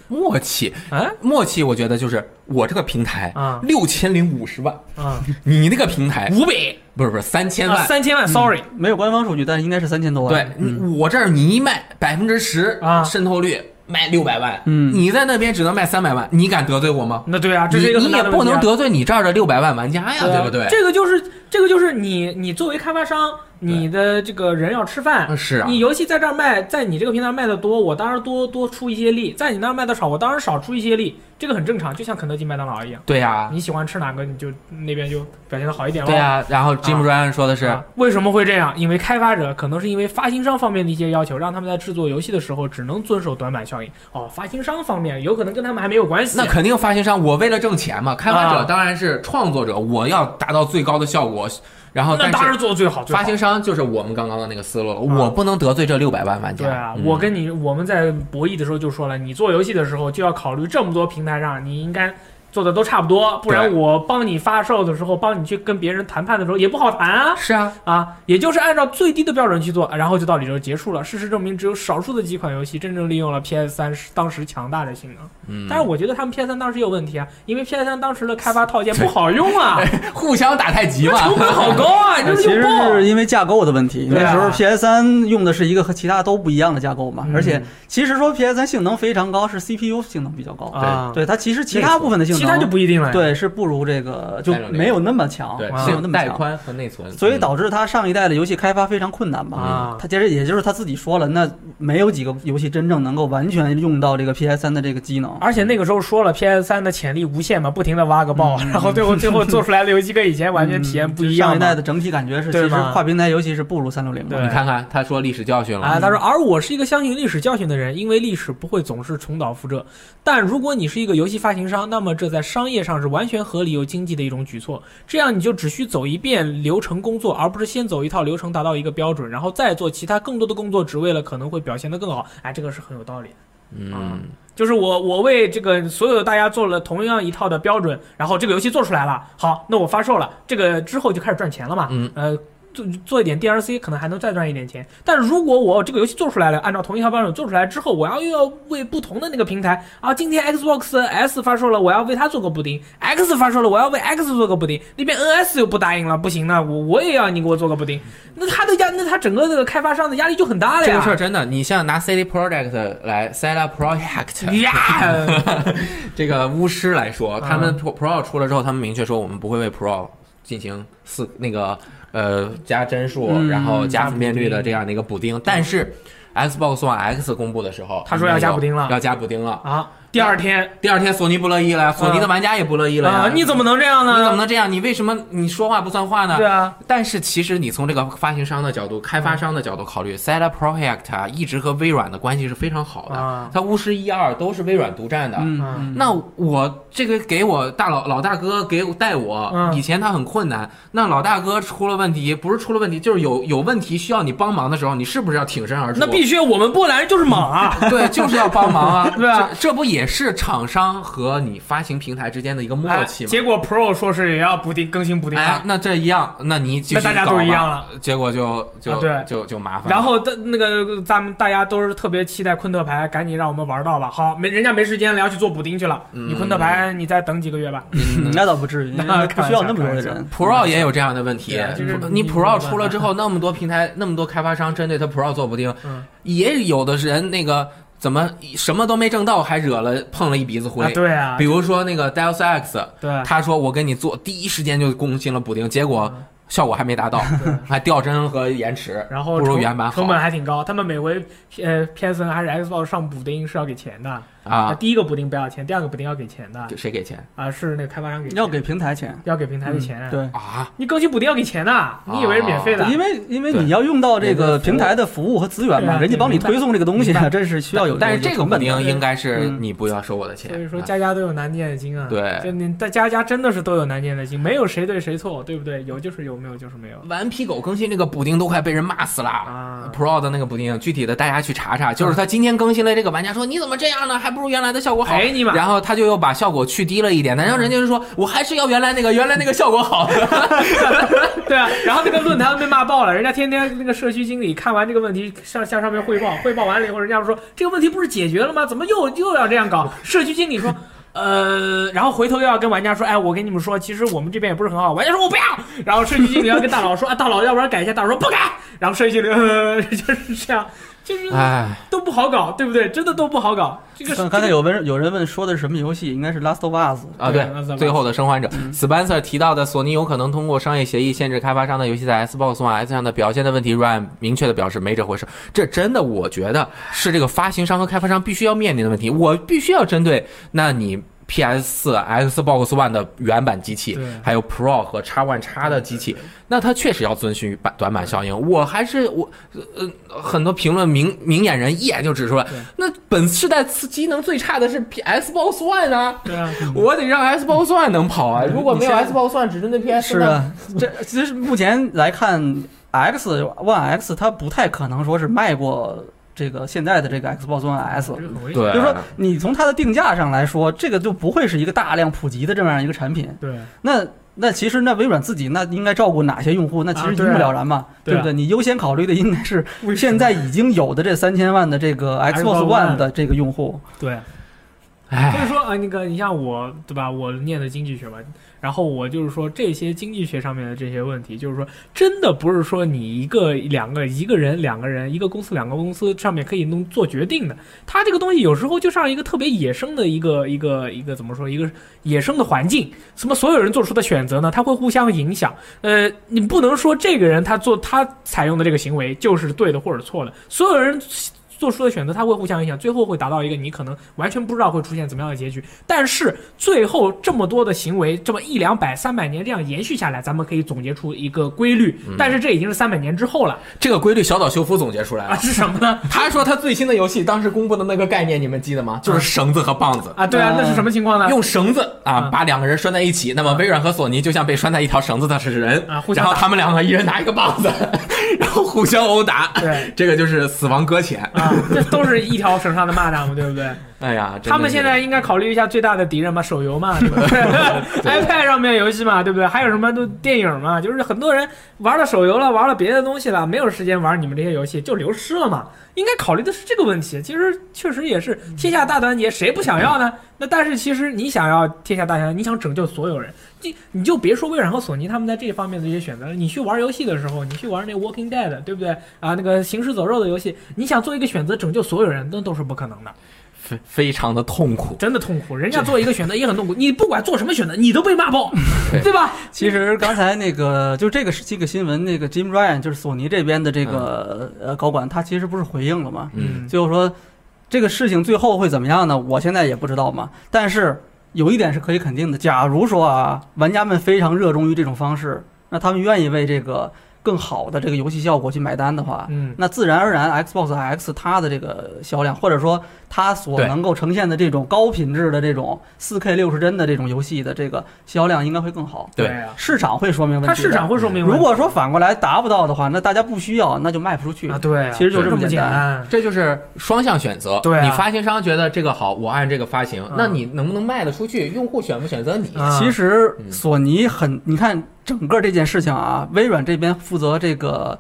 默契，哎默契，我觉得就是我这个平台啊六千零五十万，啊，你那个平台五百不是不是三千啊万，三千万，sorry，没有官方数据，但是应该是三千多万。嗯对，你我这儿你一卖百分之十嗯啊渗透率卖六百万，嗯你在那边只能卖三百万，你敢得罪我吗？那对啊，这你是一个你很大也的不问题啊能得罪你这儿的六百万玩家呀，对不啊对？这个就是这个就是你你作为开发商，你的这个人要吃嗯饭。是啊，你游戏在这儿卖，在你这个平台卖的多，我当然多多出一些力；在你那儿卖的少，我当然少出一些力。这个很正常，就像肯德基、麦当劳一样，对呀，你喜欢吃哪个，你就那边就表现的好一点啊喽。对呀。然后 Jim Ryan 说的是啊，为什么会这样？因为开发者可能是因为发行商方面的一些要求，让他们在制作游戏的时候只能遵守短板效应。哦，发行商方面有可能跟他们还没有关系。那肯定发行商，我为了挣钱嘛，开发者啊当然是创作者，我要达到最高的效果，然后那但当是然做的最好，最好发行商就是我们刚刚的那个思路了，我不能得罪这六百万玩家。对啊，嗯我跟你我们在博弈的时候就说了，你做游戏的时候就要考虑这么多平台上，你应该做的都差不多，不然对我帮你发售的时候，帮你去跟别人谈判的时候也不好谈啊。是啊，啊，也就是按照最低的标准去做，然后就到里头结束了。事实证明，只有少数的几款游戏真正利用了 PS 三当时强大的性能。嗯，但是我觉得他们 PS 三当时有问题啊，因为 PS 三当时的开发套件不好 用啊，互相打太极那嘛，成本好高 啊，你这呃不其 就实爆是因为架构的问题，对那啊时候 PS 三用的是一个和其他都不一样的架构嘛，嗯而且其实说 PS 三性能非常高，是 CPU 性能比较高，啊？对它其实其他部分的性能，其他就不一定了。，对是不如这个就带入那个没有那么强， 对，啊没有性那么带强，宽和内存，嗯所以导致它上一代的游戏开发非常困难嘛。啊，它其实也就是他自己说了，那没有几个游戏真正能够完全用到这个 PS 三的这个机能。而且那个时候说了，PS 三的潜力无限嘛，不停的挖个爆，嗯然后最后最后做出来的游戏跟以前完全体验不一上样一嘛。代的整体感觉是，其对实吗跨平台游戏是不如三六零的。对你看看他说历史教训了，啊，他说，而我是一个相信历史教训的人，因为历史不会总是重蹈覆辙。但如果你是一个游戏发行商，那么这在商业上是完全合理又经济的一种举措。这样你就只需走一遍流程工作，而不是先走一套流程达到一个标准，然后再做其他更多的工作，只为了可能会表现得更好。哎，这个是很有道理的。啊嗯，就是我我为这个所有的大家做了同样一套的标准，然后这个游戏做出来了，好，那我发售了，这个之后就开始赚钱了嘛，嗯，呃。做做一点 DLC 可能还能再赚一点钱，但如果我这个游戏做出来了，按照同一套标准做出来之后，我要又要为不同的那个平台啊，今天 Xbox S 发售了，我要为它做个布丁；X 发售了，我要为 X 做个布丁。那边 NS 又不答应了，不行了，我我也要你给我做个布丁。那他的压，那他整个这个开发商的压力就很大了呀。这个事儿真的，你像拿 CD Project 来 Sega Project 呀，这个巫师来说，啊他们 Pro Pro 出了之后，他们明确说我们不会为 Pro 进行四那个呃加帧数，嗯然后加分辨率加补的这丁样的一个补丁，但是 Xbox One X 公布的时候，他说要加补丁了要加补丁了。啊，第二天第二天索尼不乐意了，索尼的玩家也不乐意了呀啊，嗯你怎么能这样呢？你怎么能这样？你为什么你说话不算话呢？对啊，嗯但是其实你从这个发行商的角度、开发商的角度考虑 s e l a Project 啊，一直和微软的关系是非常好的，啊它巫师一二都是微软独占的。嗯，嗯那我这个给我大佬老大哥给我带我，嗯以前他很困难，那老大哥出了问题，不是出了问题，就是有有问题需要你帮忙的时候，你是不是要挺身而出？那必须，我们波兰人就是猛啊！ 对，就是要帮忙啊， 对啊这这不也是厂商和你发行平台之间的一个默契哎吗？结果 Pro 说是也要补丁更新补丁哎啊，，那这一样，那你继续那大家搞都吧一样了，结果就就、啊对就就麻烦了。然后的那个咱们大家都是特别期待昆特牌，赶紧让我们玩到吧。好，没人家没时间了，要去做补丁去了。嗯你昆特牌，你再等几个月吧。嗯那倒不至于，因为那不需要那么多开的玩笑人。 Pro 也有这样的问题嗯对啊就是，你你 Pro 出了之后，那么多平台，那么多开发商针对它 Pro 做补丁嗯，也有的人那个怎么什么都没挣到，还惹了碰了一鼻子啊灰，。对啊比，如说那个 Deus Ex，对他说我给你做，第一时间就更新了补丁，结果嗯效果还没达 到，对还掉帧和延迟，然后不如成原版好成本还挺高，他们每回呃 PSN 还是 Xbox 上补丁是要给钱的。啊！第一个补丁不要钱，第二个补丁要给钱的给谁给钱啊，是那个开发商给钱要给平台钱，要给平台的嗯钱。对，啊？你更新补丁要给钱的，你以为是免费的？啊因为因为对你要用到这人家的个服务平台的服务和资源对啊嘛，人家帮你推送这个东西明白啊，这是需要有。但是这有个成补本的丁应该是嗯你不要收我的钱，所以说啊家家都有难念的经啊。对就你大家家真的是都有难念的经，没有谁对谁错，对不对？有就是有，有没有就是没有顽皮狗更新这个补丁都快被人骂死了。啊。 Pro 的那个补丁，具体的大家去查查，就是他今天更新了这个玩家说你怎么这样呢？还不如原来的效果好。哎你妈！然后他就又把效果去低了一点，然后人家就说我还是要原来那个，原来那个效果好。对啊，然后那个论坛被骂爆了，人家天天那个社区经理看完这个问题上向上面汇报，汇报完了以后，人家说这个问题不是解决了吗？怎么又又要这样搞？社区经理说。呃，然后回头又要跟玩家说，哎，我跟你们说，其实我们这边也不是很好。玩家说我不要，然后社区经理要跟大佬说，啊，大佬要不然改一下，大佬说不改，然后社区经理、呃、就是这样，就是哎，都不好搞，对不对？真的都不好搞。这个刚刚才有问有人问说的是什么游戏，应该是《Last of Us》。啊，对对那怎，么最后的生还者嗯，Spencer 提到的索尼有可能通过商业协议限制开发商的游戏在 Xbox One S 上的表现的问题，Ryan 明确的表示没这回事。这真的，我觉得是这个发行商和开发商必须要面临的问题。我必须要针对，那你 PS 四、Xbox One 的原版机器对，还有 Pro 和 X One X 的机器，那它确实要遵循短短板效应。我还是我，呃，很多评论明明眼人一眼就指出来对，那本世代机能最差的是 P- Xbox One 啊。对啊，我得让 Xbox One 能跑啊！如果没有 Xbox One，只针对 PS 是啊，这其实目前来看，X One X 它不太可能说是卖过这个现在的这个 Xbox One S 这。个很危险对，啊就是说，你从它的定价上来说，这个就不会是一个大量普及的这么样一个产品。对那那其实那微软自己那应该照顾哪些用户？那其啊实一对啊目了然嘛，对啊不对？你优先考虑的应该是为什么现在已经有的这三千万的这个 Xbox One 的这个用户。对。所哎，以说啊，那个你像我对吧？我念的经济学嘛，然后我就是说这些经济学上面的这些问题，就是说真的不是说你一个两个一个人两个人一个公司两个公司上面可以弄做决定的。它这个东西有时候就像一个特别野生的一个一个一个怎么说一个野生的环境，什么所有人做出的选择呢，它会互相影响。呃，你不能说这个人他做他采用的这个行为就是对的或者错的，所有人做出的选择，它会互相影响，最后会达到一个你可能完全不知道会出现怎么样的结局。但是最后这么多的行为，这么一两百、三百年这样延续下来，咱们可以总结出一个规律。但是这已经是三百年之后了这个规律小岛秀夫总结出来啊，了。是什么呢？他说他最新的游戏当时公布的那个概念，你们记得吗？就是绳子和棒子，啊，对啊啊，那是什么情况呢？用绳子啊嗯把两个人拴在一起。那么微软和索尼就像被拴在一条绳子的是人啊互，相然打后他们两个一人拿一个棒子， 然后互相殴打。对这个就是死亡搁浅。啊，这都是一条绳上的蚂蚱嘛，对不对？哎呀，真的是他们现在应该考虑一下最大的敌人嘛，手游 嘛对吧 ，iPad 上面游戏嘛，对不对？还有什么都电影嘛，就是很多人玩了手游了，玩了别的东西了，没有时间玩你们这些游戏，就流失了嘛。应该考虑的是这个问题。其实确实也是天下大团结，谁不想要呢？那但是其实你想要天下大团结，你想拯救所有人，你你就别说微软和索尼他们在这方面的这些选择了。你去玩游戏的时候，你去玩那《Walking Dead》，对不对？啊，那个《行尸走肉》的游戏，你想做一个选择拯救所有人，那都是不可能的。非非常的痛苦。真的痛苦。人家做一个选择也很痛苦，你不管做什么选择，你都被 骂爆，对吧？其实刚才那个就这个这个新闻，那个 Jim Ryan 就是索尼这边的这个嗯呃高管，他其实不是回应了吗？嗯，最后说这个事情最后会怎么样呢？我现在也不知道嘛。但是有一点是可以肯定的，假如说啊，玩家们非常热衷于这种方式，那他们愿意为这个更好的这个游戏效果去买单的话，嗯，那自然而然 Xbox X 它的这个销量，或者说它所对能够呈现的这种高品质的这种 4K 六十帧的这种游戏的这个销量应该会更好，对呀，市场会说明问题。它啊市。场会说明问如题。果说反过来达不到的话，那大家不需要，那就卖不出去啊，。对啊，其实就这这么么简单单。这就是双向选择。对啊你发行商觉得这个好，我按这个发行，嗯那你能不能卖得出去？用户选不选择你？啊其实嗯索尼很，你看整个这件事情啊，微软这边负责这个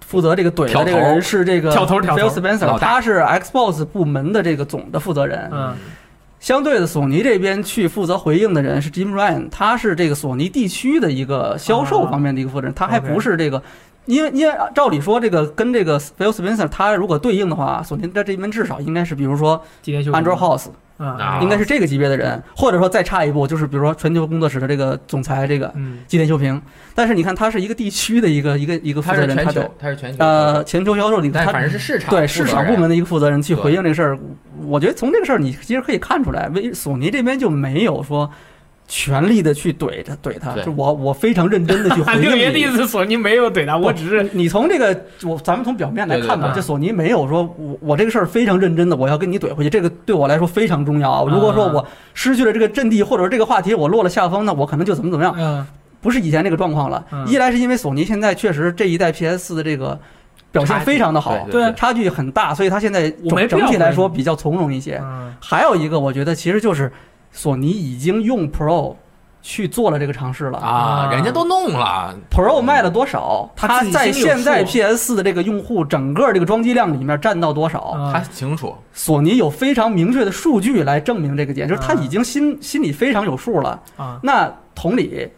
负责这个怼挑的头这个人是这个挑头挑头 Phil Spencer，老大他是 Xbox 部门的这个总的负责人。啊嗯，相对的，索尼这边去负责回应的人是 Jim Ryan，他是这个索尼地区的一个销售方面的一个负责人，他还嗯 OK 不是这个，因为因为照理说，这个跟这个 Phil Spencer 他如果对应的话，索尼在这边至少应该是比如说今天就 Andrew House，啊啊，应该是这个级别的人，或者说再差一步就是比如说全球工作室的这个总裁这个嗯，吉田修平，但是你看他是一个地区的一个一个一个负它责是人，全他球的，它是全球。呃全球销售里但他反正是市场对市场部人门的一个负责人去对回应这个事儿，我觉得从这个事儿你其实可以看出来，微索尼这边就没有说全力的去怼他怼他，对就我我非常认真 的去回六爷应的意你。思，索尼没有怼他，啊我只是你从这个我咱们从表面来对对看吧，对这索尼没有说我我这个事儿非常认真的，我要跟你怼回去，这个对我来说非常重要啊。如果说啊我失去了这个阵地，或者说这个话题我落了下风，那我可能就怎么怎么样。嗯，不是以前这个状况了。嗯一来是因为索尼现在确实这一代 PS 的这个表现非常的好，对对差距很大，所以它现在我没整必整要体来说回比较从容一些。嗯还有一个，我觉得其实就是索尼已经用 Pro 去做了这个尝试了。啊，人家都弄了 Pro 卖了多少？他它自己在心里有现在数 PS 的这个用户整个这个装机量里面占到多少？啊他清楚，索尼有非常明确的数据来证明这个点，就是嗯他已经心心里非常有数了。啊，那同理，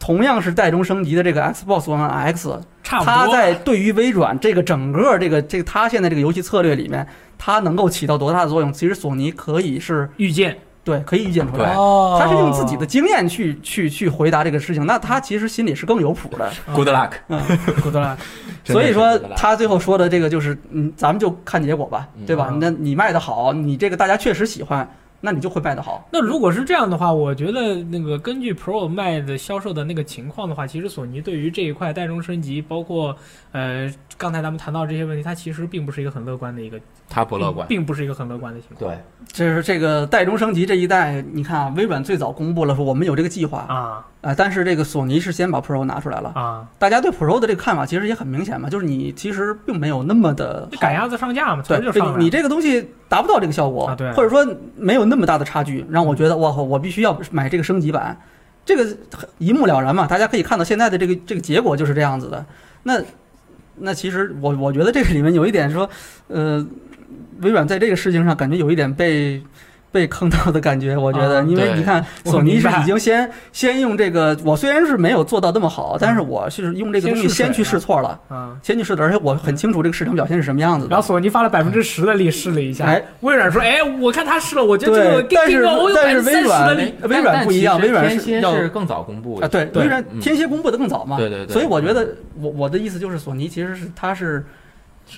同样是代中升级的这个 Xbox One X，差不多。它在对于微软这个整个这个这个它现在这个游戏策略里面，它能够起到多大的作用？其实索尼可以是遇见，对可以预见出来对。哦他是用自己的经验去去去回答这个事情，那他其实心里是更有谱的。嗯，good luck。古德拉，啊所以说真的是 good luck 他最后说的这个就是，嗯，咱们就看结果吧，对吧嗯？那你卖的好，你这个大家确实喜欢，那你就会卖的好。那如果是这样的话，我觉得那个根据 Pro 卖的销售的那个情况的话，其实索尼对于这一块代中升级，包括呃刚才咱们谈到这些问题，它其实并不是一个很乐观的一个他不乐观，并不是一个很乐观的情况对，这是这个代中升级这一代，你看啊，微软最早公布了说我们有这个计划啊、啊呃但是这个索尼是先把 Pro 拿出来了。啊，大家对 Pro 的这个看法其实也很明显嘛，就是你其实并没有那么的就好赶鸭子上架嘛，从对，这就对上来你了。这个东西达不到这个效果，啊对嗯或者说没有那么大的差距，让我觉得哇，我必须要买这个升级版，这个很一目了然嘛。大家可以看到现在的这个这个结果就是这样子的。那那其实我我觉得这个里面有一点说，呃，微软在这个事情上感觉有一点被。被坑到的感觉，我觉得，啊因为对你看，我索尼明是白已经 先先用这个，我虽然是没有做到那么好，但是我是用这个嗯先东西试水先去了试错了，啊，先去试的，而且我很清楚这个市场表现是什么样子的然。后索尼发了百分之十的力试了一下哎，微软说：“哎，我看他试了，我觉得这个对，但定是个我有百但是分之微三十的力软哎微软不一样，微软是要是更早公布啊，的，对，对微软嗯天蝎公布的更早嘛，对对对所以我觉得我我的意思就是，索尼其实是它是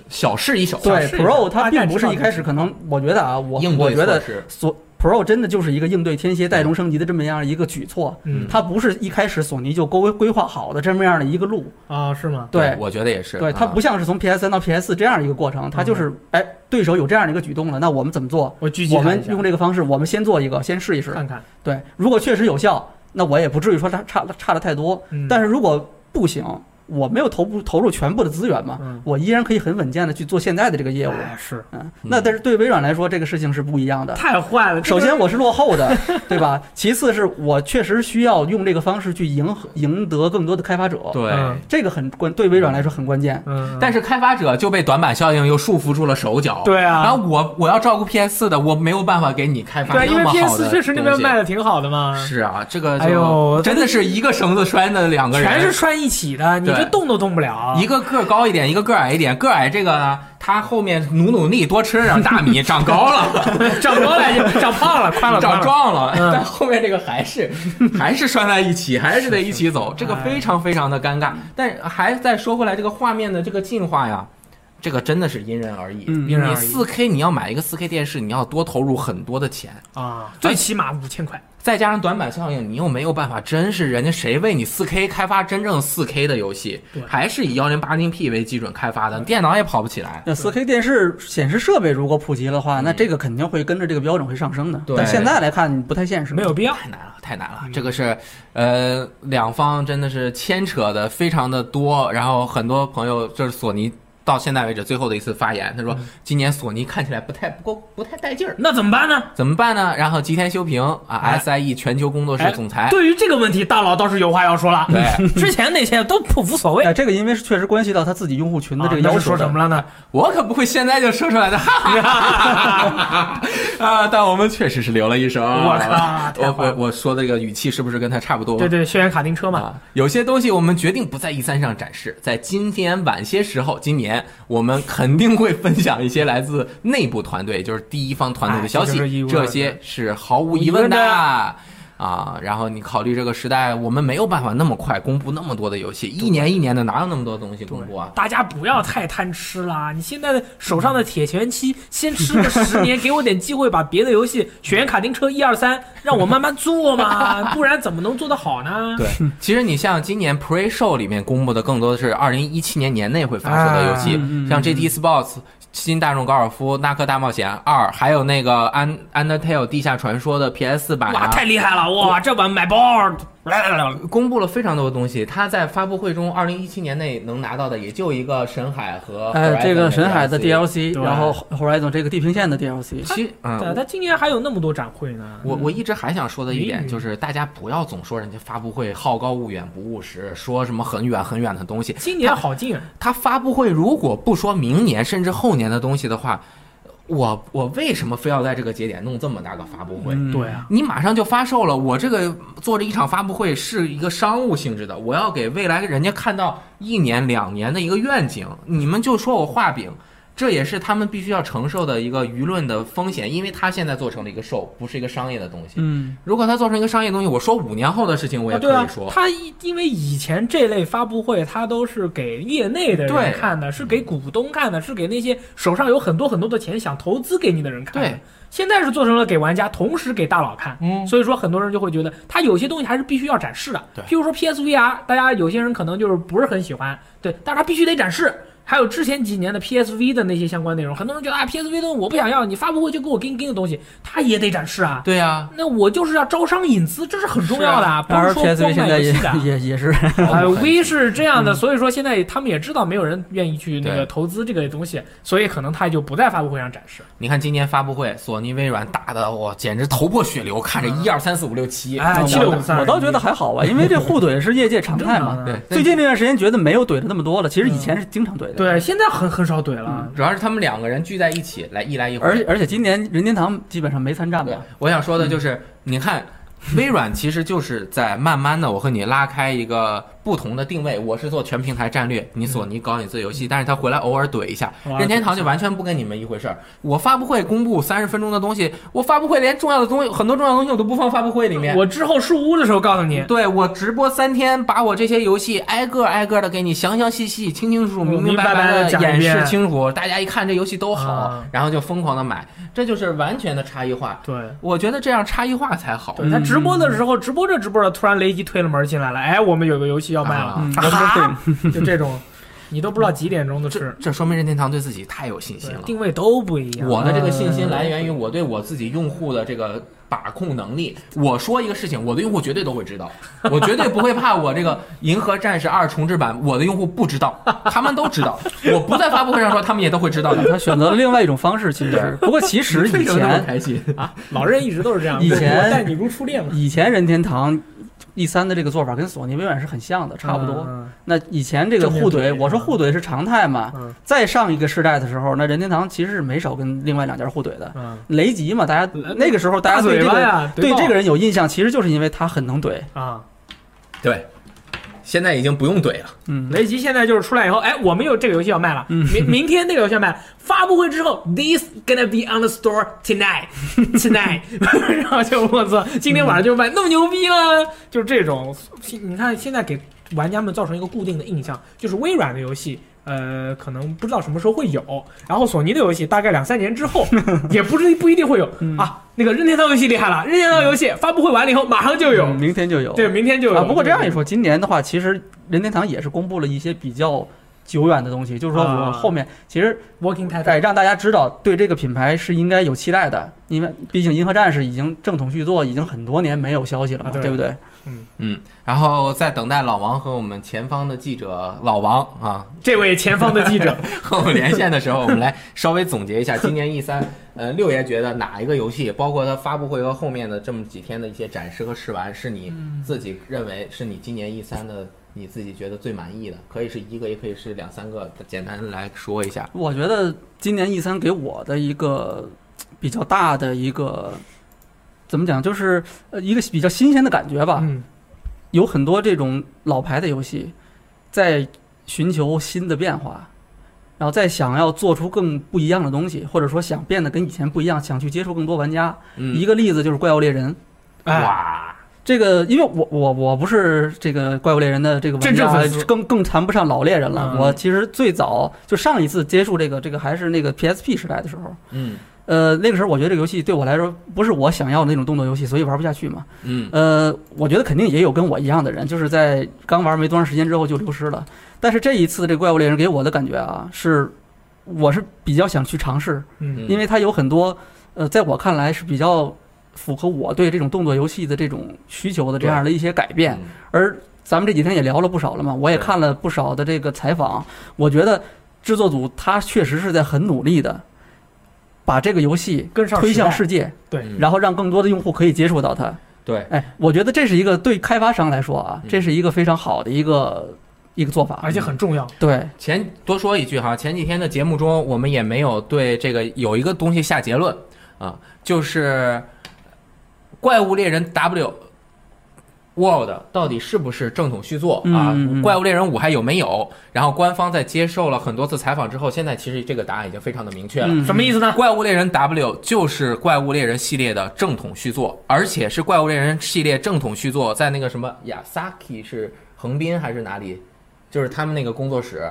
小事一小，对是 Pro，它大并概不知是道一就开行始可能，我觉得啊，我应我对觉措得施，索 Pro 真的就是一个应对天蝎代中升级的这么样一个举措，嗯它不是一开始索尼就规规划好的这么样的一个路，啊，是嗯吗？对。我觉得也是，对，它啊不像是从 PS 三到 PS 四这样一个过程，它就是，哎，对手有这样的一个举动了，那我们怎么做？我狙击我他一们下用这个方式，我们先做一个，先试一试。看看，对，如果确实有效，那我也不至于说它差差的太多。嗯但是如果不行，我没有投入投入全部的资源嘛，嗯我依然可以很稳健的去做现在的这个业务。哎是嗯，那但是对微软来说，这个事情是不一样的。太坏了。这首个先我是落后 的，对吧？其次是我确实需要用这个方式去迎合赢得更多的开发者，对嗯。这个很关对微软来说很关键。嗯，但是是开发者就被短板效应又束缚住了手脚，对啊然后我我要照顾 PS 四的，我没有办法给你开发啊对，因为那么好的 PS 确实那边东西卖的挺好的嘛，是啊，这个就哎呦真的是一个绳子拴的两个人，全是拴一起的，你对这动都动不了。一个个儿高一点，一个个儿矮一点。个儿矮这个呢，他后面努努力多吃点大米，长高 了，长高 了，长胖了，宽了，宽长了。壮了，嗯但后面这个还 是还是拴在一起，还是得一起走，这个哎非常非常的尴尬。但还再说回来，这个画面的这个进化呀。这个真的是因人而异，嗯你因人而异四 K 你要买一个四 K 电视，你要多投入很多的钱，啊，哎最起码五千块。再加上短板效应，你又没有办法，真是人家谁为你 4K 开发真正 4K 的游戏对，还是以 1080P 为基准开发的，电脑也跑不起来。那 4K 电视显示设备如果普及的话，那这个肯定会跟着这个标准会上升的。对但现在来看不太现实，没有必要。太难了，太难了。嗯这个是，呃，两方真的是牵扯的非常的多。然后很多朋友，这是索尼到现在为止最后的一次发言，他说嗯今年索尼看起来不太不够，不太带劲儿，那怎么办呢？怎么办呢？然后吉田修平啊嗯哎，SIE 全球工作室哎总裁，对于这个问题，大佬倒是有话要说了。对，之前那些都不无所谓哎，。这个因为是确实关系到他自己用户群的这个啊那要是求说的什么了呢？我可不会现在就说出来 的，哈哈哈哈哈啊！但我们确实是留了一手。我靠我太坏我了我说的这个语气是不是跟他差不多？对对，宣言卡丁车嘛。啊，有些东西我们决定不在 E 三上展示，在今天晚些时候，今年我们肯定会分享一些来自内部团队，就是第一方团队的消哎息，这就是义务这些是毫无疑问无疑问的。啊，然后你考虑这个时代，我们没有办法那么快公布那么多的游戏，一年一年的哪有那么多东西公布啊？大家不要太贪吃啦！你现在的手上的铁拳七，先吃个十年，给我点机会把别的游戏《雪原卡丁车》一二三，让我慢慢做嘛，不然怎么能做得好呢？对，其实你像今年 Pre Show 里面公布的更多的是二零一七年年内会发售的游戏，啊嗯嗯像 GT Sports、新大众高尔夫、纳克大冒险二，还有那个安 Undertale 地下传说的 PS 4版、啊。哇，太厉害了！哇，这版买包，来来来，公布了非常多的东西，他在发布会中，二零一七年内能拿到的也就一个神海和哎，这个啊 Horizon 神海的 DLC。 DLC，对然后 Horizon 这个地平线的 DLC，其对，嗯，他今年还有那么多展会呢。我我一直还想说的一点嗯就是，大家不要总说人家发布会好高骛远不务实，说什么很远很远的东西。今年好近，他发布会如果不说明年甚至后年的东西的话，我我为什么非要在这个节点弄这么大个发布会？嗯对啊，你马上就发售了，我这个做这一场发布会是一个商务性质的，我要给未来人家看到一年两年的一个愿景，你们就说我画饼，这也是他们必须要承受的一个舆论的风险，因为他现在做成了一个 show，不是一个商业的东西。嗯，如果他做成一个商业东西，我说五年后的事嗯情我也啊对可啊以 说，，他一因为以前这类发布会，他都是给业内的对人看的，是给股东看的，是给那些手上有很多很多的钱想投资给你的人看的。对，现在是做成了给玩家，同时给大佬看。嗯，所以说，很多人就会觉得他有些东西还是必须要展示的，对譬如说 PSVR，大啊家有些人可能就是不是很喜欢，对，但是他必须得展示。还有之前几年的 PSV 的那些相关内容，很多人觉得啊 PSV 的东西我不想要，你发布会就给我给你给你的东西，他也得展示啊。对啊，那我就是要招商引资，这是很重要的，啊、不当是然说光 PSV 现卖在游也戏的。 也也是，呃，V 是这样嗯的，所以说现在他们也知道没有人愿意去那对个投资这个东西，所以可能他就不在发布会上展示。你看今年发布会，索尼、微软打的我简直头破血流，看着一二三四五六七，哎我七六五三我倒觉得还好吧，因为这互怼是业界常态嗯嘛。对， 最近这段时间觉得没有怼的那么多了，其实以前是经常怼的。，对，现在很很少怼了。主要是他们两个人聚在一起来一来一回，而且而且今年任天堂基本上没参战对吧？，我想说的就是，你看，微软其实就是在慢慢的，我和你拉开一个不同的定位。我是做全平台战略，你索尼搞你自己游戏，但是他回来偶尔怼一下。偶尔任天堂就完全不跟你们一回事儿。我发布会公布三十分钟的东西，我发布会连重要的东西，很多重要的东西我都不放发布会里面。我之后入屋的时候告诉你，对我直播三天，把我这些游戏挨个挨个的给你详详细细、清清楚楚、明嗯明白白白白地的讲演一遍示清楚，大家一看这游戏都好啊，然后就疯狂的买，这就是完全的差异化。对。我觉得这样差异化才好。对他直播的时候，直播着直播着，突然雷吉推了门进来了，哎，我们有个游戏要卖了，啊嗯， 哈，就这种，你都不知道几点钟的这事，这说明任天堂对自己太有信心对嗯了。定位都不一样。我的这个信心来源于我对我自己用户的这个把控能力。我说一个事情，我的用户绝对都会知道，我绝对不会怕我这个《银河战士二》重置版，我的用户不知道，他们都知道。我不在发布会上说，他们也都会知道的。他选择了另外一种方式，其实是。不过其 实为以什么那么前开心？老任一直都是这样，以前我待你如初恋嘛，以前任天堂 E 三的这个做法跟索尼、微软是很像的，差不多。嗯。那以前这个互怼，正面对决啊我说互怼是常态嘛。嗯再上一个世代的时候，那任天堂其实是没少跟另外两家互怼的。嗯，雷吉嘛，大家呃那个时候大大家对嘴这巴个呀，对爆这个人有印象，其实就是因为他很能怼。啊，对，现在已经不用怼了。嗯，雷吉现在就是出来以后，哎，我们有这个游戏要卖了，明明天那个游戏要卖了，发布会之后，this gonna be on the store tonight tonight，然 后就我操，今天晚上就卖，那么牛逼了，就是这种，你看现在给玩家们造成一个固定的印象，就是微软的游戏。呃，可能不知道什么时候会有，然后索尼的游戏大概两三年 之后，也不是不一定会有、嗯啊。那个任天堂游戏厉害了，任天堂游戏发布会完了以后，马上就有，嗯明天就有。对，明天就有。啊，不过这样一说。说，今年的话，其实任天堂也是公布了一些比较久远的东西，就是说我啊后面其实 Walking 得 Title 让大家知道，对这个品牌是应该有期待的，因为毕竟《银河战士》已经正统续作已经很多年没有消息了嘛，啊对不对？嗯，然后在等待老王和我们前方的记者老王啊，这位前 方的记者，和我们连线的时候，我们来稍微总结一下今年 E 三，呃，六爷觉得哪一个游戏，包括它发布会和后面的这么几天的一些展示和试玩，是你自己认为是你今年 E 三的你自己觉得最满意的？可以是一个，也可以是两三个，简单来说一下。我觉得今年 E 三给我的一个嘖比较大的一个怎么讲，就是呃一个比较新鲜的感觉吧。嗯，有很多这种老牌的游戏，在寻求新的变化，然后在想要做出更不一样的东西，或者说想变得跟以前不一样，想去接触更多玩家。嗯，一个例子就是《怪物猎人》，哎，哇，这个因为我我我不是这个《怪物猎人》的这个玩真正粉家丝，更更谈不上老猎人了。嗯我其实最早就上一次接触这个这个还是那个 PSP 时代的时候，嗯呃，那个时候我觉得这个游戏对我来说不是我想要的那种动作游戏，所以玩不下去嘛。嗯，呃，我觉得肯定也有跟我一样的人，就是在刚玩没多长时间之后就流失了。但是这一次这怪物猎人给我的感觉啊，是我是比较想去尝试，嗯因为它有很多呃，在我看来是比较符合我对这种动作游戏的这种需求的这样的一些改变。嗯而咱们这几天也聊了不少了嘛，我也对看了不少的这个采访，我觉得制作组他确实是在很努力的把这个游戏跟上推向时代世界，对嗯然后让更多的用户可以接触到它。对，哎，我觉得这是一个对开发商来说啊嗯，这是一个非常好的一个一个做法，而且很重要。对前多说一句哈，前几天的节目中，我们也没有对这个有一个东西下结论啊，就是《怪物猎人 W World》到底是不是正统续作啊？嗯嗯嗯怪物猎人五》还有没有？然后官方在接受了很多次采访之后，现在其实这个答案已经非常的明确了。嗯什么意思呢？怪物猎人 W 就是怪物猎人系列的正统续作，而且是怪物猎人系列正统续作，在那个什么亚萨基是横滨还是哪里？就是他们那个工作室，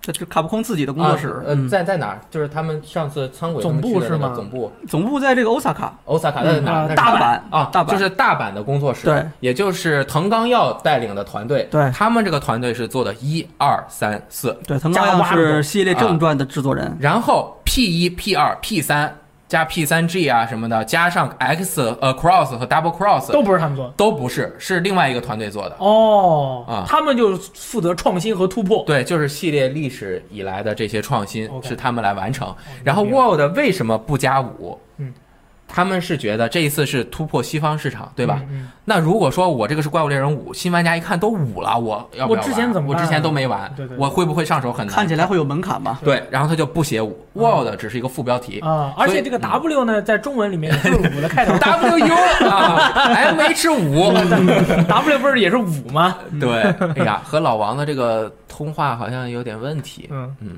这是卡普空自己的工作室啊，呃，嗯，在在哪儿？就是他们上次仓鬼他们总部去的那是个吗总部总部在这个欧萨卡，欧萨卡在嗯哪儿？那是大阪啊，大阪就是大阪的工作室，对，也就是藤冈耀带领的团队，对他们这个团队是做的一二三四，对，藤加冈挖亮了种是系列啊正传的制作人，然后 P 一、P 二、P 三加 P 三 G 啊什么的，加上 X 呃 Cross 和 Double Cross 都不是他们做的都不是，是另外一个团队做的。哦，啊他们就负责创新和突破。对，就是系列历史以来的这些创新 OK 是他们来完成。明白然后 World 为什么不加五？嗯，他们是觉得这一次是突破西方市场，对吧？嗯？那如果说我这个是怪物猎人五，新玩家一看都五了，我要不要我之前玩怎么我之办前啊都没玩，对对对我会不会上手很难？看起来会有门槛吧？对，然后他就不写五，World 只是一个副标题嗯。啊，而且这个 W 呢，在中文里面也 是五的开头 W 啊，M H 五， 嗯，W 不是也是五吗？对，哎呀，和老王的这个通话好像有点问题。嗯，嗯，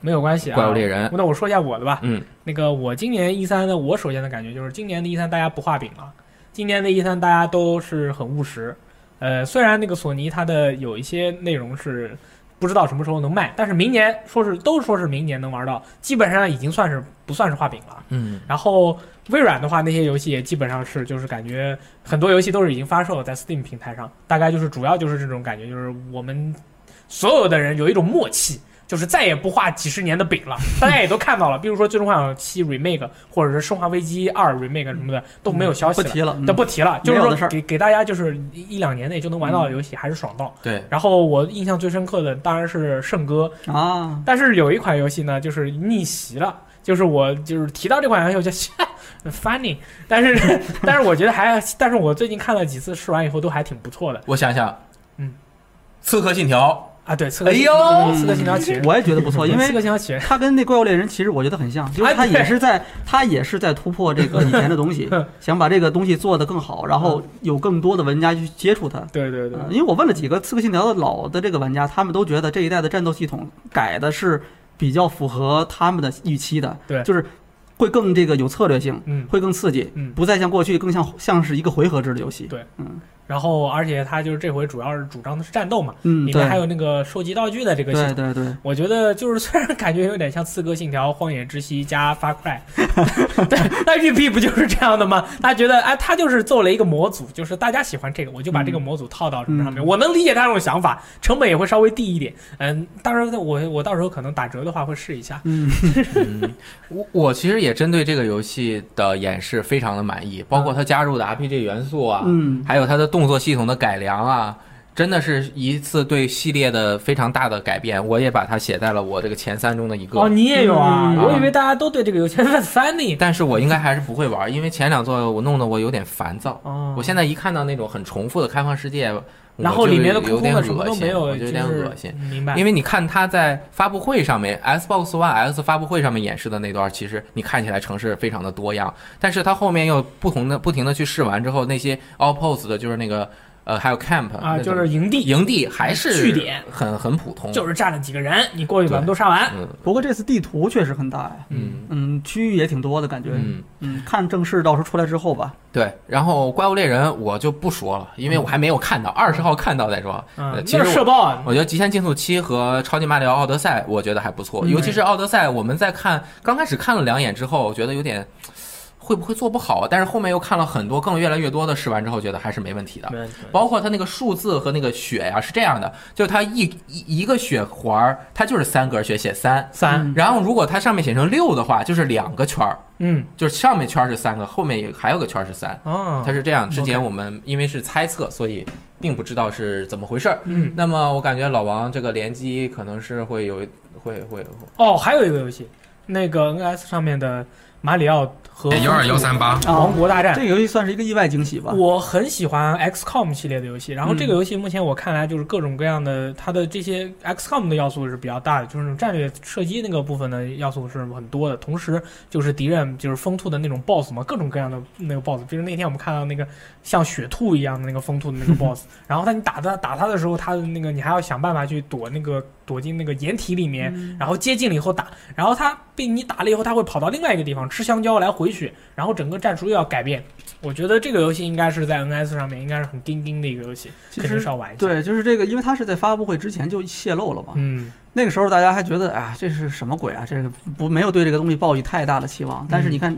没有关系啊。怪物猎人，那我说一下我的吧。嗯，那个我今年一 E 三的，我首先的感觉就是今年的 E 一三大家不画饼了，今年的一三大家都是很务实。呃，虽然那个索尼它的有一些内容是不知道什么时候能卖，但是明年说是都说是明年能玩到，基本上已经算是不算是画饼了。嗯，然后微软的话，那些游戏也基本上是就是感觉很多游戏都是已经发售在 Steam 平台上，大概就是主要就是这种感觉，就是我们所有的人有一种默契。就是再也不画几十年的饼 了，大家也都看到了，比如说《最终幻想七 Remake》或者是《生化危机二 Remake》什么的都没有消息不了，提了，嗯都不提了，就没是有的事说儿嗯给给大家就是一一两年内就能玩到的游戏还是爽到。对，然后我印象最深刻的当然是《圣歌》，啊，但是有一款游戏呢，就是逆袭了，就是我就是提到这款游戏，我 就 funny，但是但是我觉得还，但是我最近看了几次试完以后都还挺不错的我想想，嗯，刺客信条，啊。对，刺客哎信呦，嗯刺客信条起源我也觉得不错，因刺客为信条起源，它跟那怪物猎人其实我觉得很像，就是哎它对也是在它也是在突破这个以前的东 西嗯，想把这个东西做得更好，然后有更多的玩家去接触它。对嗯对对嗯，因为我问了几个《刺客信条》的老的这个玩家，他们都觉得这一代的战斗系统改的是比较符合他们的预期的，对就是会更这个有策略性，嗯会更刺激，嗯。不再像过去更像像是一个回合制的游戏。对，嗯然后而且它就是这回主要是主张的是战斗嘛，嗯，里面对还有那个收集道具的这个系对对统。对，我觉得就是虽然感觉有点像《刺客信条：荒野之息》加《发快》， 但但 UP 不就是这样的吗？他觉得哎，他就是做了一个模组，就是大家喜欢这个，我就把这个模组套到什么上面。嗯我能理解他这种想法，成本也会稍微低一点。嗯，当然我我到时候可能打折的话会试一下。嗯，嗯，我我其实也针对这个游戏的演示非常的满意，嗯包括它加入的 RPG 元素啊，嗯还有它的动作系统的改良啊。真的是一次对系列的非常大的改变，我也把它写在了我这个前三中的一个。哦，你也有啊？嗯我以为大家都对这个游戏 funny。但是我应该还是不会玩，因为前两座我弄得我有点烦躁。哦，我现在一看到那种很重复的开放世界，然后我就里面的空有空点恶的心什么都没有，我就有点是恶心。。明白因。为你看它在发布会上面，Xbox One X 发布会上面演示的那段，其实你看起来城市非常的多样，但是它后面又不同的不停的去试玩之后，那些 outpost 的就是那个呃还有 camp 啊，那种就是营地，营地还是据点很很普通，就是啊站了几个人，你过去把他们对都杀完。嗯不过这次地图确实很大呀，嗯嗯，区域也挺多的感觉，嗯。嗯，看正式到时候出来之后吧，对，然后怪物猎人我就不说了，因为我还没有看到，二十号看到再说。呃嗯，其那实是我社爆啊，我觉得《极限竞速七》和《超级马里奥奥德赛》，我觉得还不错，嗯尤其是《奥德赛》，我们在看刚开始看了两眼之后，我觉得有点会不会做不好啊？但是后面又看了很多更越来越多的试完之后，觉得还是没问啊题的。没问题包括它那个数字和那个血呀、是这样的，就它一一一个血环儿，它就是三格血，写三。嗯三，然后如果它上面写成六的话，就是两个圈儿，嗯，就是上面圈儿是三个，后面也还有个圈儿是三。哦啊它，是这样，之前我们因为是猜测，所以并不知道是怎么回事儿。嗯，那么我感觉老王这个联机可能是会有会会会哦，还有一个游戏，那个 NS 上面的马里奥和哎幺二幺三八，王国大战这。个游戏算是一个意外惊喜吧。我很喜欢 XCOM 系列的游戏，然后这个游戏目前我看来就是各种各样的，它的这些 XCOM 的要素是比较大的，就是那种战略射击那个部分的要素是很多的，同时就是敌人就是疯兔的那种 BOSS 嘛，各种各样的那个 BOSS，比如那天我们看到那个像雪兔一样的那个疯兔的那个 BOSS，然后他你打他打他的时候，他的那个你还要想办法去躲那个躲进那个掩体里面，然后接近了以后打，然后他被你打了以后，他会跑到另外一个地方吃香蕉来回血，然后整个战术又要改变。我觉得这个游戏应该是在 NS 上面应该是很钉钉的一个游戏，其肯定实是要玩一下。对，就是这个，因为它是在发布会之前就泄露了嘛。嗯，那个时候大家还觉得，啊，这是什么鬼啊？这个不没有对这个东西抱以太大的期望。但是你看，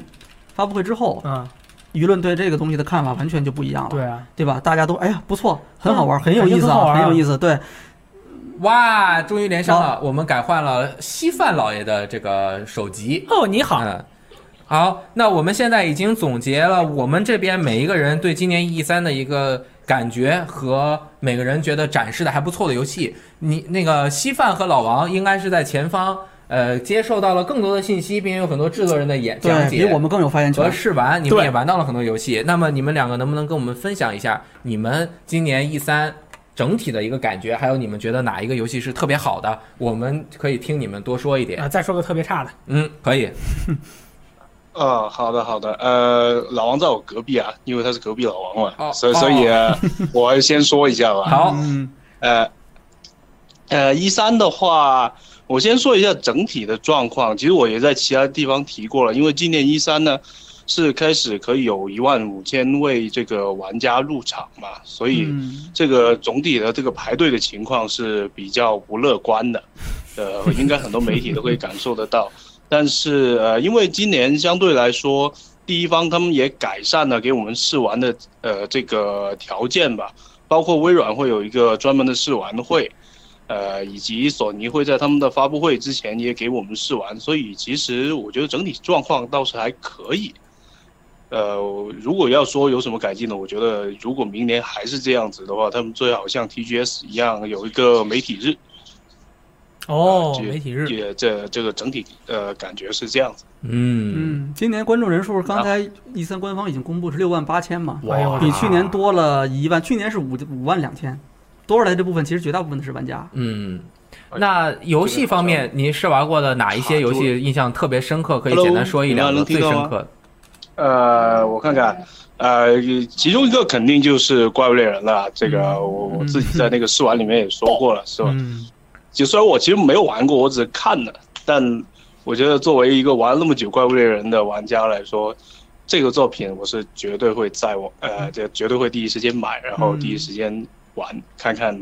发布会之哦后，啊，舆论对这个东西的看法完全就不一样了，对啊，对吧？大家都哎呀不错，很好玩，嗯很有意思很好啊，玩啊很有意思。对，哇，终于连上了，我们改换了稀饭老爷的这个首集。哦，你好，嗯，好，那我们现在已经总结了我们这边每一个人对今年 E 三的一个感觉和每个人觉得展示的还不错的游戏。你那个稀饭和老王应该是在前方呃接受到了更多的信息，并且有很多制作人的演讲对比解我。们更有发言和权。试玩，你们对也玩到了很多游戏。那么你们两个能不能跟我们分享一下你们今年 E 三整体的一个感觉，还有你们觉得哪一个游戏是特别好的？我们可以听你们多说一点。啊，再说个特别差的，嗯，可以。哦，好的好的，呃，老王在我隔壁啊，因为他是隔壁老王嘛，哦所以哦所以、呃我先说一下吧。 好，嗯，呃，呃，一三的话，我先说一下整体的状况。其实我也在其他地方提过了，因为今年一三呢是开始可以有一万五千位这个玩家入场嘛，所以嗯这个总体的这个排队的情况是比较不乐观的，呃，应该很多媒体都可以感受得到。但是呃，因为今年相对来说，第一方他们也改善了给我们试玩的呃这个条件吧，包括微软会有一个专门的试玩会，呃，以及索尼会在他们的发布会之前也给我们试玩，所以其实我觉得整体状况倒是还可以。呃，如果要说有什么改进呢？我觉得如果明年还是这样子的话，他们最好像 TGS 一样有一个媒体日。哦，这媒体日，也这这个整体呃感觉是这样子。嗯嗯，今年观众人数刚啊才 E 三官方已经公布是六万八千嘛，哎呦，比去年多了一万，去年是五五万两千，多出来这部分其实绝大部分的是玩家。嗯，那游戏方面，您试玩过的哪一些游戏印象特别深刻？可以 Hello，简单说一两个最深你刻。呃，我看看，呃，其中一个肯定就是《怪物猎人》了，这个我我自己在那个试玩里面也说过了，是吧？嗯，就虽然我其实没有玩过，我只是看了，但我觉得作为一个玩了那么久《怪物猎人》的玩家来说，这个作品我是绝对会在我呃，这绝对会第一时间买，然后第一时间玩，看看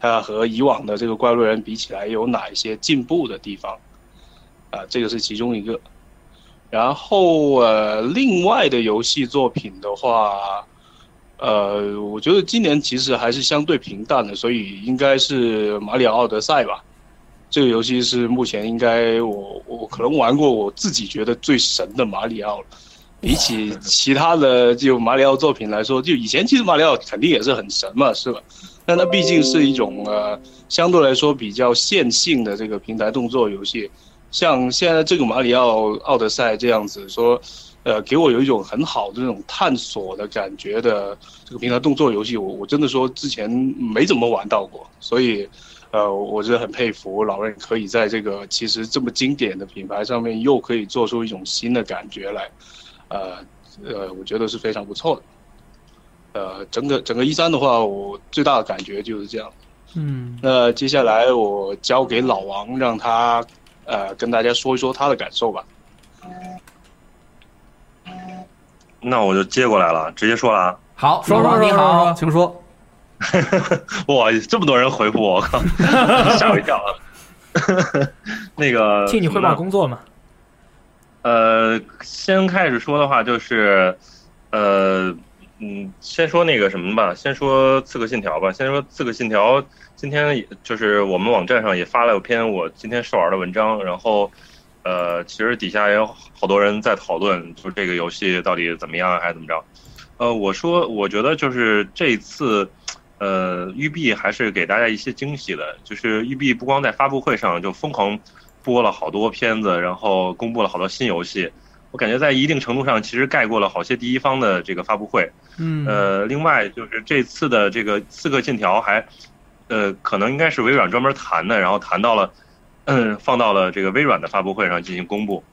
它和以往的这个《怪物猎人》比起来有哪一些进步的地方。啊、这个是其中一个。然后呃，另外的游戏作品的话，呃，我觉得今年其实还是相对平淡的，所以应该是《马里奥奥德赛》吧。这个游戏是目前应该我我可能玩过我自己觉得最神的马里奥了。比起其他的就马里奥作品来说，就以前其实马里奥肯定也是很神嘛，是吧？但它毕竟是一种呃相对来说比较线性的这个平台动作游戏，像现在这个马里奥奥德赛这样子说，呃，给我有一种很好的那种探索的感觉的这个平台动作游戏，我我真的说之前没怎么玩到过，所以，呃，我是很佩服老任可以在这个其实这么经典的品牌上面又可以做出一种新的感觉来，呃呃，我觉得是非常不错的。呃，整个整个一三的话，我最大的感觉就是这样。嗯，那接下来我交给老王，让他呃跟大家说一说他的感受吧。那我就接过来了，直接说了啊！好，说老说王说你好说，请说。哇，这么多人回复我，我靠， 吓我一跳啊！那个嗯替你汇报工作嘛，呃，先开始说的话就是，呃，嗯，先说那个什么吧，先说《刺客信条》吧，先说《刺客信条》。今天也就是我们网站上也发了篇我今天试玩的文章，然后，呃，其实底下也有好多人在讨论，就这个游戏到底怎么样还是怎么着。呃，我说，我觉得就是这一次，呃，育碧还是给大家一些惊喜的，就是育碧不光在发布会上就疯狂播了好多片子，然后公布了好多新游戏。我感觉在一定程度上，其实盖过了好些第一方的这个发布会。嗯，呃，另外就是这次的这个《刺客信条》还，呃，可能应该是微软专门谈的，然后谈到了，嗯，放到了这个微软的发布会上进行公布。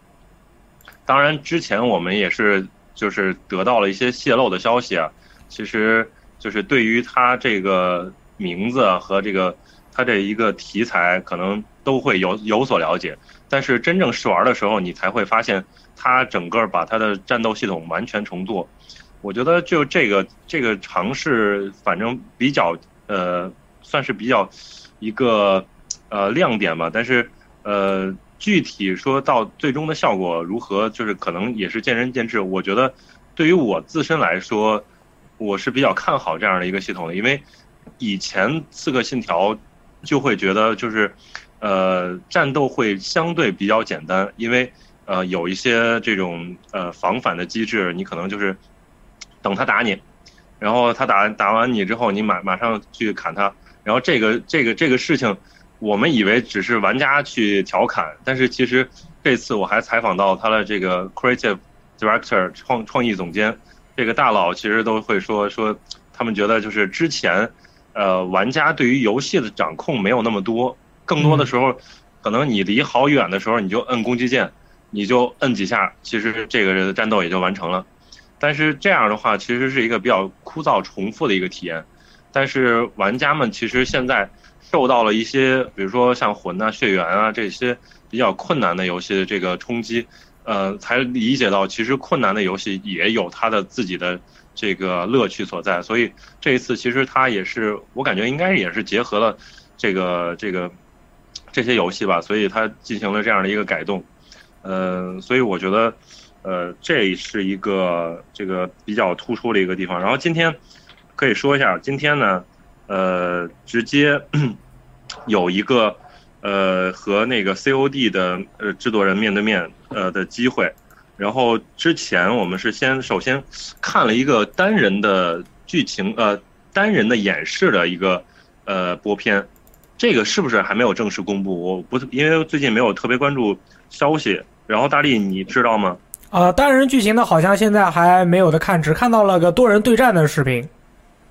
当然，之前我们也是就是得到了一些泄露的消息啊，其实就是对于它这个名字啊和这个它这一个题材，可能都会有有所了解。但是真正试玩的时候，你才会发现它整个把它的战斗系统完全重做。我觉得就这个这个尝试，反正比较呃，算是比较一个呃亮点吧。但是呃，具体说到最终的效果如何，就是可能也是见仁见智。我觉得对于我自身来说，我是比较看好这样的一个系统的，因为以前《刺客信条》就会觉得就是呃战斗会相对比较简单，因为呃有一些这种呃防反的机制，你可能就是等他打你，然后他打打完你之后，你马马上去砍他，然后这个这个这个事情，我们以为只是玩家去调侃，但是其实这次我还采访到他的这个 creative director 创创意总监，这个大佬其实都会说说，他们觉得就是之前，呃，玩家对于游戏的掌控没有那么多，更多的时候，可能你离好远的时候你就摁攻击键，你就摁几下，其实这个战斗也就完成了。但是这样的话，其实是一个比较枯燥重复的一个体验。但是玩家们其实现在受到了一些，比如说像魂啊、血缘啊这些比较困难的游戏的这个冲击，呃，才理解到其实困难的游戏也有它的自己的这个乐趣所在。所以这一次其实它也是，我感觉应该也是结合了这个这个这些游戏吧，所以它进行了这样的一个改动。呃，所以我觉得，呃，这是一个这个比较突出的一个地方。然后今天可以说一下，今天呢，呃，直接 有一个呃和那个 COD 的呃制作人面对面呃的机会。然后之前我们是先首先看了一个单人的剧情呃单人的演示的一个呃播片，这个是不是还没有正式公布？我不是因为最近没有特别关注消息。然后大力，你知道吗？啊、单人剧情的好像现在还没有的看，只看到了个多人对战的视频。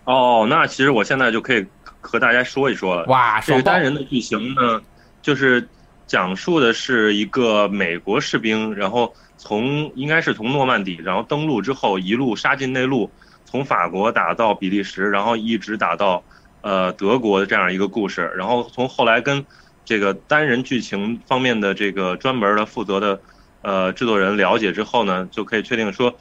哦，那其实我现在就可以和大家说一说了。哇，这爽个爆单！人的剧情呢，就是讲述的是一个美国士兵，然后从应该是从诺曼底，然后登陆之后一路杀进内陆，从法国打到比利时，然后一直打到呃德国的这样一个故事。然后从后来跟这个单人剧情方面的这个专门的负责的呃制作人了解之后呢，就可以确定说，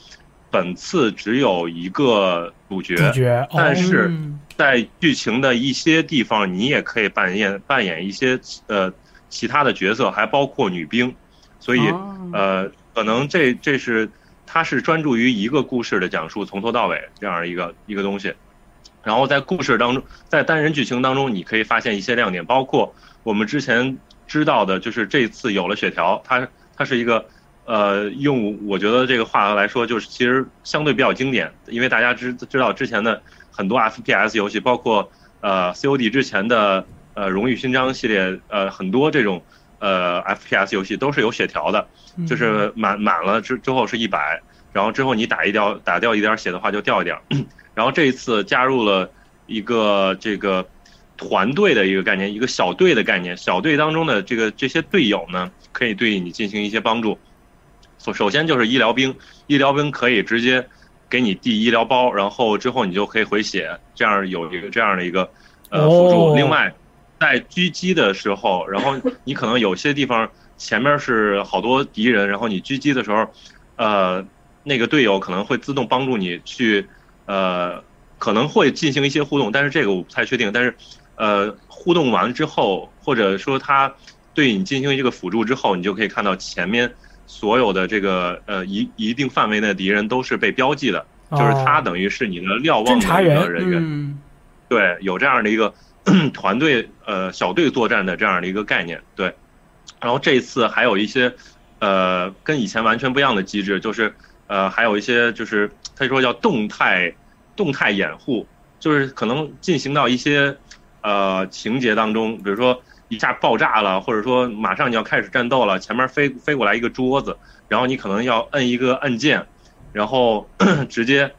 本次只有一个主角，主角，哦、但是嗯在剧情的一些地方，你也可以扮演扮演一些呃其他的角色，还包括女兵，所以、哦嗯呃，可能这这是它是专注于一个故事的讲述，从头到尾这样一个一个东西。然后在故事当中，在单人剧情当中，你可以发现一些亮点，包括我们之前知道的，就是这次有了血条，它它是一个呃，用我觉得这个话来说，就是其实相对比较经典，因为大家知知道之前的很多 FPS 游戏，包括呃 COD 之前的呃荣誉勋章系列，呃很多这种呃 FPS 游戏都是有血条的，嗯就是满满了之之后是一百，然后之后你打一掉打掉一点血的话就掉一点儿， 然后这一次加入了一个这个团队的一个概念，一个小队的概念，小队当中的这个这些队友呢，可以对你进行一些帮助。首首先就是医疗兵，医疗兵可以直接给你递医疗包，然后之后你就可以回血，这样有一个这样的一个呃辅助。哦另外，在狙击的时候，然后你可能有些地方前面是好多敌人，然后你狙击的时候，呃，那个队友可能会自动帮助你去呃可能会进行一些互动，但是这个我不太确定。但是，呃，互动完之后，或者说他对你进行这个辅助之后，你就可以看到前面所有的这个呃一一定范围内的敌人都是被标记的，就是他等于是你的瞭侦望察的一个人人员，嗯对，有这样的一个 团队呃小队作战的这样的一个概念，对。然后这一次还有一些呃跟以前完全不一样的机制，就是呃还有一些就是他说叫动态动态掩护，就是可能进行到一些呃情节当中，比如说一下爆炸了，或者说马上你要开始战斗了，前面飞飞过来一个桌子，然后你可能要摁一个按键，然后 直接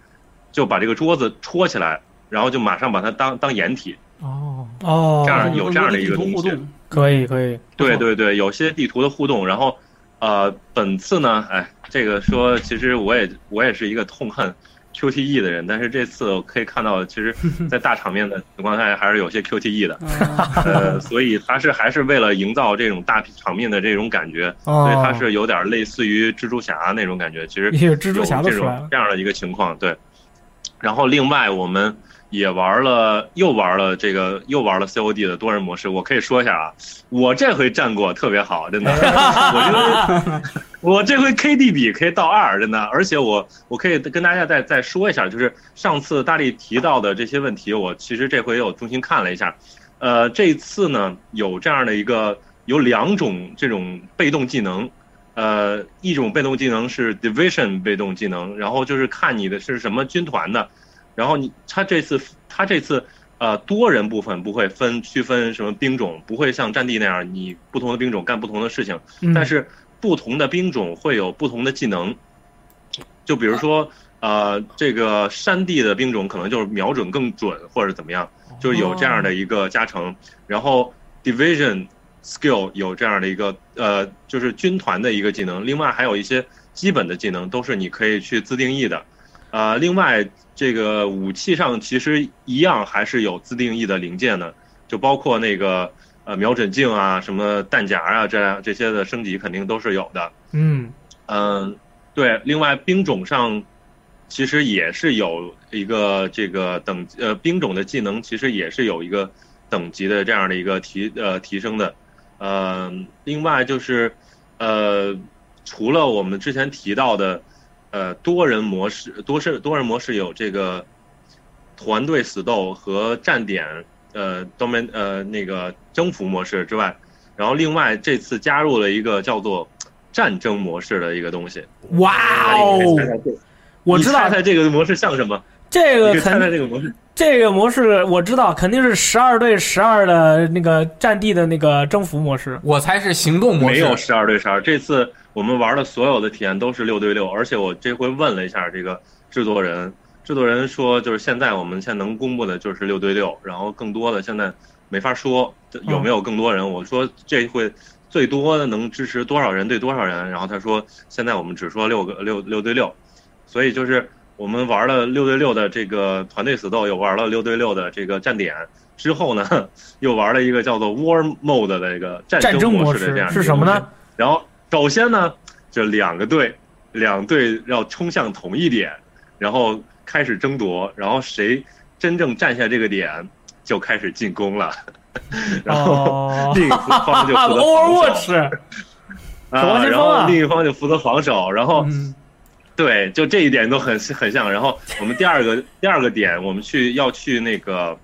就把这个桌子戳起来，然后就马上把它当当掩体。哦，哦这样有这样的一个跟东西地图互动，可以可以，对对对，有些地图的互动，然后呃，本次呢，哎，这个说其实我也我也是一个痛恨 QTE 的人，但是这次我可以看到，其实，在大场面的情况下还是有些 QTE 的，啊呃，所以它是还是为了营造这种大场面的这种感觉，哦所以它是有点类似于蜘蛛侠那种感觉，其实也有蜘蛛侠有都这出来种了，这样的一个情况，对。然后另外我们也玩了，又玩了这个，又玩了 COD 的多人模式。我可以说一下啊，我这回战果特别好，真的，我觉得 我这回 KD 比可以到二，真的。而且我我可以跟大家再再说一下，就是上次大力提到的这些问题，我其实这回有重新看了一下。呃，这次呢有这样的一个有两种这种被动技能，呃，一种被动技能是 division 被动技能，然后就是看你的是什么军团的，然后你他这次他这次呃多人部分不会分区分什么兵种，不会像战地那样你不同的兵种干不同的事情，嗯但是不同的兵种会有不同的技能，就比如说呃这个山地的兵种可能就是瞄准更准或者怎么样，就是有这样的一个加成，然后 division skill 有这样的一个呃，就是军团的一个技能，另外还有一些基本的技能都是你可以去自定义的，呃，另外这个武器上其实一样还是有自定义的零件的，就包括那个呃瞄准镜啊、什么弹夹啊这这些的升级肯定都是有的，嗯嗯，对，另外兵种上其实也是有一个这个等呃兵种的技能，其实也是有一个等级的这样的一个提呃提升的。呃，另外就是呃，除了我们之前提到的呃多人模式，多是多人模式有这个团队死斗和站点呃 domin 呃那个征服模式之外，然后另外这次加入了一个叫做战争模式的一个东西。哎哇哦，我知道你猜猜这个模式像什么？这你个可以猜猜肯这个模式。这个模式我知道，肯定是十二对十二的那个战地的那个征服模式。我猜是行动模式，没有十二对十二，这次我们玩的所有的体验都是六对六，而且我这回问了一下这个制作人，制作人说就是现在我们现在能公布的就是六对六，然后更多的现在没法说有没有更多人。我说这会最多的能支持多少人对多少人，然后他说现在我们只说六个六六对六，所以就是我们玩了六对六的这个团队死斗，又玩了六对六的这个站点。之后呢， 又玩了一个叫做 War Mode 的一个战战争争模模式的这式样一是个什么东西呢？？然后首先呢，这两个队，两队要冲向同一点，然后开始争夺，然后谁真正占下这个点，就开始进攻了。 然后哦，另一方就啊 负责防守， ，Overwatch，守望啊，先然锋啊后另一方就负责防守，然后嗯对，就这一点都很很像。然后我们第二个第二个点，我们去要去那个。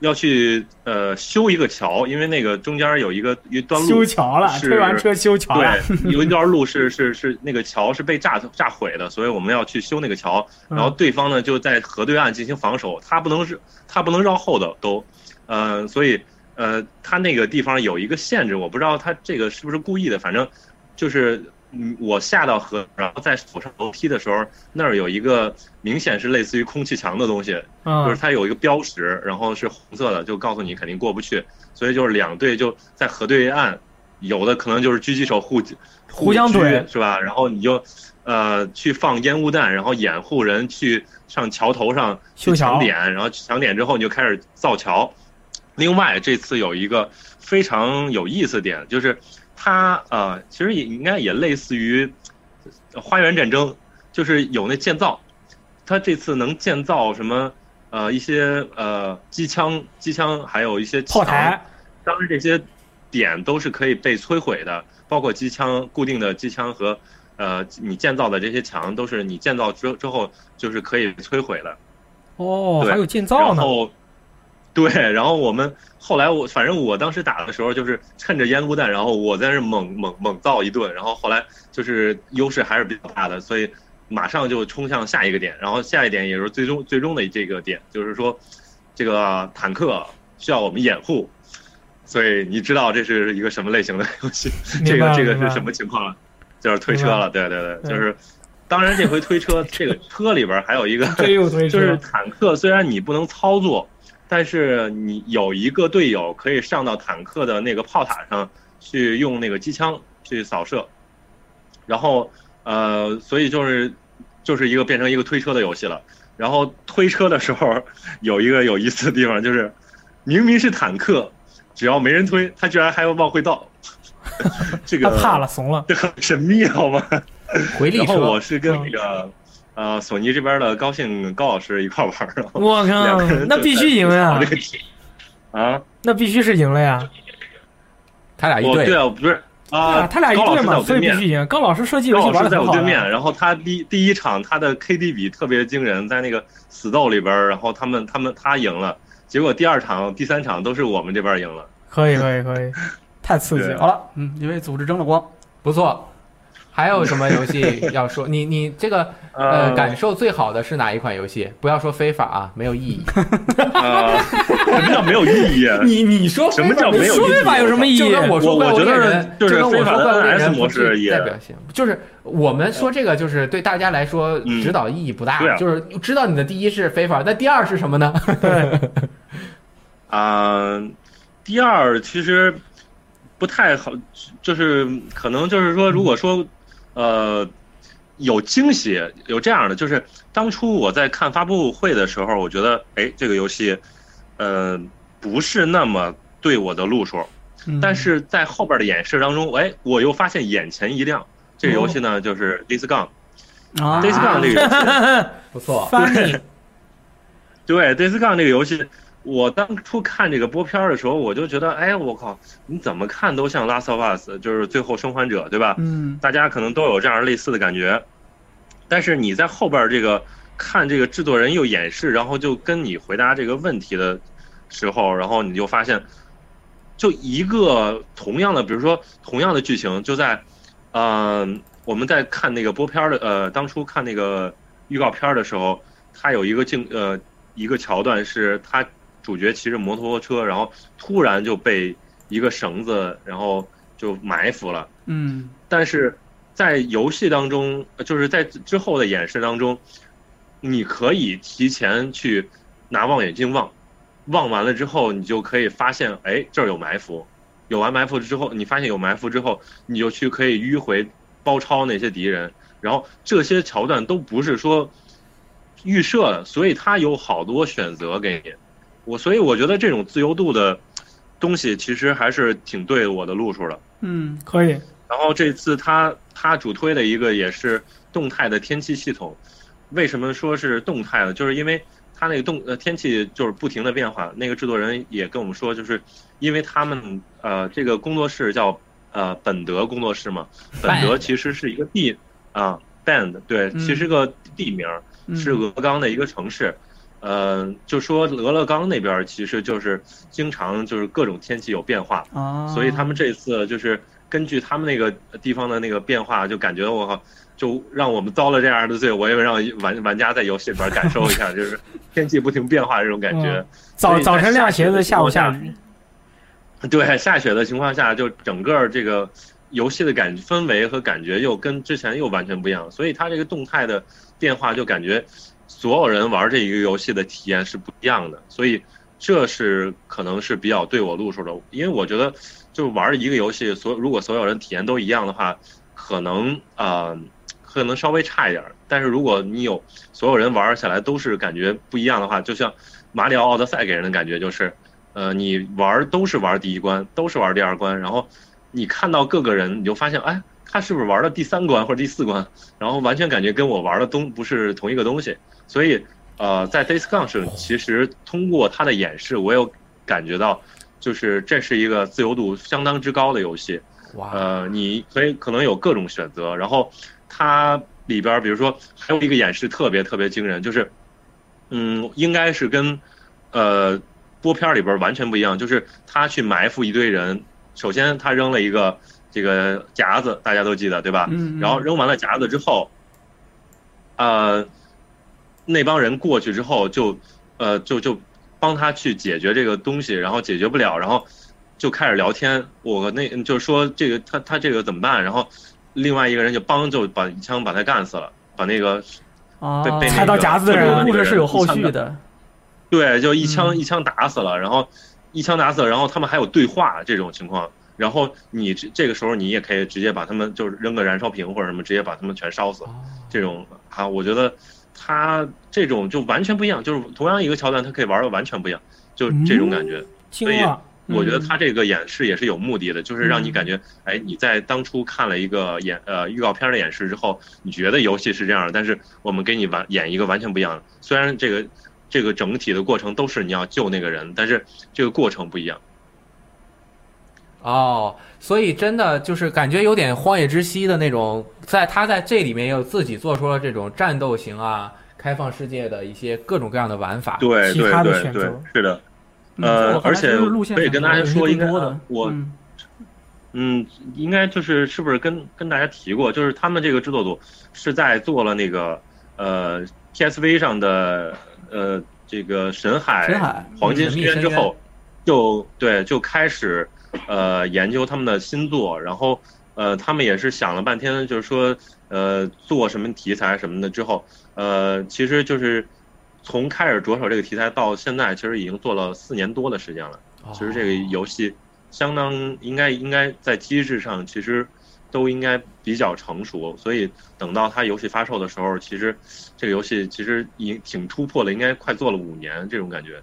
要去呃修一个桥，因为那个中间有一个一段路修桥了，是推完车修桥了。对，有一段路是是是那个桥是被炸炸毁的，所以我们要去修那个桥。嗯然后对方呢就在河对岸进行防守，他不能是他不能绕后的都，呃，所以呃，他那个地方有一个限制，我不知道他这个是不是故意的，反正就是。嗯，我下到河，然后在走上楼梯的时候，那儿有一个明显是类似于空气墙的东西，就是嗯，它有一个标识，然后是红色的，就告诉你肯定过不去。所以就是两队就在河对岸，有的可能就是狙击手互互相狙怼是吧？然后你就呃去放烟雾弹，然后掩护人去上桥头上修去桥抢点，然后抢点之后你就开始造桥。另外这次有一个非常有意思的点，就是它呃其实也应该也类似于呃花园战争，就是有那建造，它这次能建造什么？呃，一些呃机枪、机枪，还有一些炮墙台，当然这些点都是可以被摧毁的，包括机枪固定的机枪和呃，你建造的这些墙都是你建造之之后就是可以摧毁的。哦，对还有建造然呢，后，对，然后我们后来我反正我当时打的时候就是趁着烟雾弹，然后我在那猛猛猛造一顿，然后后来就是优势还是比较大的，所以马上就冲向下一个点，然后下一点也就是最终最终的这个点，就是说这个坦克需要我们掩护。所以你知道这是一个什么类型的游戏？这明白个了这个明白了是什么情况了？就是推车了，对对对，就是。当然，这回推车，这个车里边还有一个推又推就是车，坦克虽然你不能操作，但是你有一个队友可以上到坦克的那个炮塔上去用那个机枪去扫射，然后呃，所以就是就是一个变成一个推车的游戏了。然后推车的时候有一个有意思的地方就是，明明是坦克，只要没人推，他居然还要往回倒， 这他个怕了，怂了。这很神秘好吗？回力然后车我是跟那嗯个呃索尼这边的高兴高老师一块玩儿，然后我两靠个人，就那必须赢呀在吐槽这！个题啊，那必须是赢了呀！他俩一我对队，啊，不是啊，啊，他俩一高老队师在嘛，我所对以必面，须赢。高老师射击游戏高玩老的师在很好我啊对的，面，然后他第第一场他的 KD 比特别惊人，在那个死斗里边儿，然后他们他们他赢了，结果第二场、第三场都是我们这边赢了。可以可以可以， 太刺激对好了！了，嗯，因为组织争了光，不错。还有什么游戏要说？你你这个呃呃感受最好的是哪一款游戏？不要说非法啊，没有意义。啊，什么叫没有意义啊？ 你你说什么叫没有哦说意义非法有什么意义就？跟我说我怪物我觉猎得人，就是跟我非法说的怪物猎 NS 人模式不具也代表性，就是我们说这个就是对大家来说嗯指导意义不大，对啊就是知道你的第一是非法，那第二是什么呢？ 对，啊、第二其实不太好，就是可能就是说，如果说呃有惊喜，有这样的，就是当初我在看发布会的时候，我觉得哎这个游戏，呃不是那么对我的路数，嗯但是在后边的演示当中，哎我又发现眼前一亮，这个游戏呢就是 Days Gone，Days 哦啊， Gone 这个游戏。不错，翻你对《Days Gone》这个游戏，我当初看这个播片儿的时候，我就觉得，哎，我靠，你怎么看都像《Last of Us》，就是《最后生还者》，对吧？嗯大家可能都有这样类似的感觉，但是你在后边这个看这个制作人又演示，然后就跟你回答这个问题的时候，然后你就发现，就一个同样的，比如说同样的剧情，就在，嗯、我们在看那个播片儿的，呃，当初看那个预告片儿的时候，它有一个镜，呃，一个桥段是他主角骑着摩托车，然后突然就被一个绳子，然后就埋伏了。嗯，但是在游戏当中，呃就是在之后的演示当中，你可以提前去拿望远镜望，望完了之后，你就可以发现，哎，这儿有埋伏。有完埋伏之后，你发现有埋伏之后，你就去可以迂回包抄那些敌人。然后这些桥段都不是说预设的，所以它有好多选择给你。我所以我觉得这种自由度的东西，其实还是挺对我的路数的。嗯可以，然后这次他他主推的一个也是动态的天气系统，为什么说是动态呢？就是因为它那个动呃天气就是不停的变化。那个制作人也跟我们说，就是因为他们呃这个工作室叫呃本德工作室嘛，本德 Band 其实是一个地啊 band 对，嗯其实个地名儿嗯是俄勒冈的一个城市。呃，就说俄勒冈那边儿其实就是经常就是各种天气有变化，啊，所以他们这次就是根据他们那个地方的那个变化，就感觉我靠，就让我们遭了这样的罪，我也让玩玩家在游戏里边感受一下，就是天气不停变化这种感觉。早所以在早晨晾鞋子，下午下下雨， 对，下雪的情况下，就整个这个游戏的感氛围和感觉又跟之前又完全不一样，所以它这个动态的变化就感觉所有人玩这一个游戏的体验是不一样的，所以这是可能是比较对我路数的，因为我觉得就玩一个游戏，所如果所有人体验都一样的话，可能呃可能稍微差一点儿，但是如果你有所有人玩起来都是感觉不一样的话，就像马里奥奥德赛给人的感觉就是。呃，你玩儿都是玩儿第一关，都是玩儿第二关，然后你看到各个人，你就发现，哎，他是不是玩儿了第三关或者第四关？然后完全感觉跟我玩儿的东不是同一个东西。所以，呃，在 Days Gone 是其实通过它的演示，我有感觉到，就是这是一个自由度相当之高的游戏。哇，呃，你可以可能有各种选择，然后它里边儿比如说还有一个演示特别特别惊人，就是嗯，应该是跟呃播片儿里边儿完全不一样，就是他去埋伏一堆人，首先他扔了一个这个夹子，大家都记得对吧？嗯，嗯然后扔完了夹子之后，呃，那帮人过去之后就，呃，就就帮他去解决这个东西，然后解决不了，然后就开始聊天。我那就说这个他他这个怎么办？然后另外一个人就帮就把一枪把他干死了，把那个啊被，被那猜踩到个夹子的特这种人啊个的故那事个是有人后一枪续打的，对，就一枪嗯一枪打死了，然后一枪打死了，然后他们还有对话这种情况，然后你这这个时候你也可以直接把他们就是扔个燃烧瓶或者什么，直接把他们全烧死，这种啊，我觉得他这种就完全不一样，就是同样一个桥段，他可以玩的完全不一样，就这种感觉。惊所以了，我觉得嗯他这个演示也是有目的的，就是让你感觉，哎，你在当初看了一个演呃预告片的演示之后，你觉得游戏是这样的，但是我们给你完演一个完全不一样的。虽然这个这个整体的过程都是你要救那个人，但是这个过程不一样。哦，所以真的就是感觉有点《荒野之息》的那种，在他在这里面也有自己做出了这种战斗型啊、开放世界的一些各种各样的玩法。对其对他的对选对择，是的。嗯呃我，后来而且就是路线可以选跟择大家也是说，更应该呃多的我嗯嗯，应该就是是不是跟跟大家提过，就是他们这个制作组是在做了那个呃 PSV 上的呃这个神海沈海黄金神深秘渊深之渊后，就对就开始呃研究他们的新作，然后呃他们也是想了半天，就是说呃做什么题材什么的之后，呃其实就是从开始着手这个题材到现在，其实已经做了四年多的时间了。哦其实这个游戏相当应该应该在机制上其实都应该比较成熟，所以等到它游戏发售的时候，其实这个游戏其实已经挺突破了，应该快做了五年这种感觉。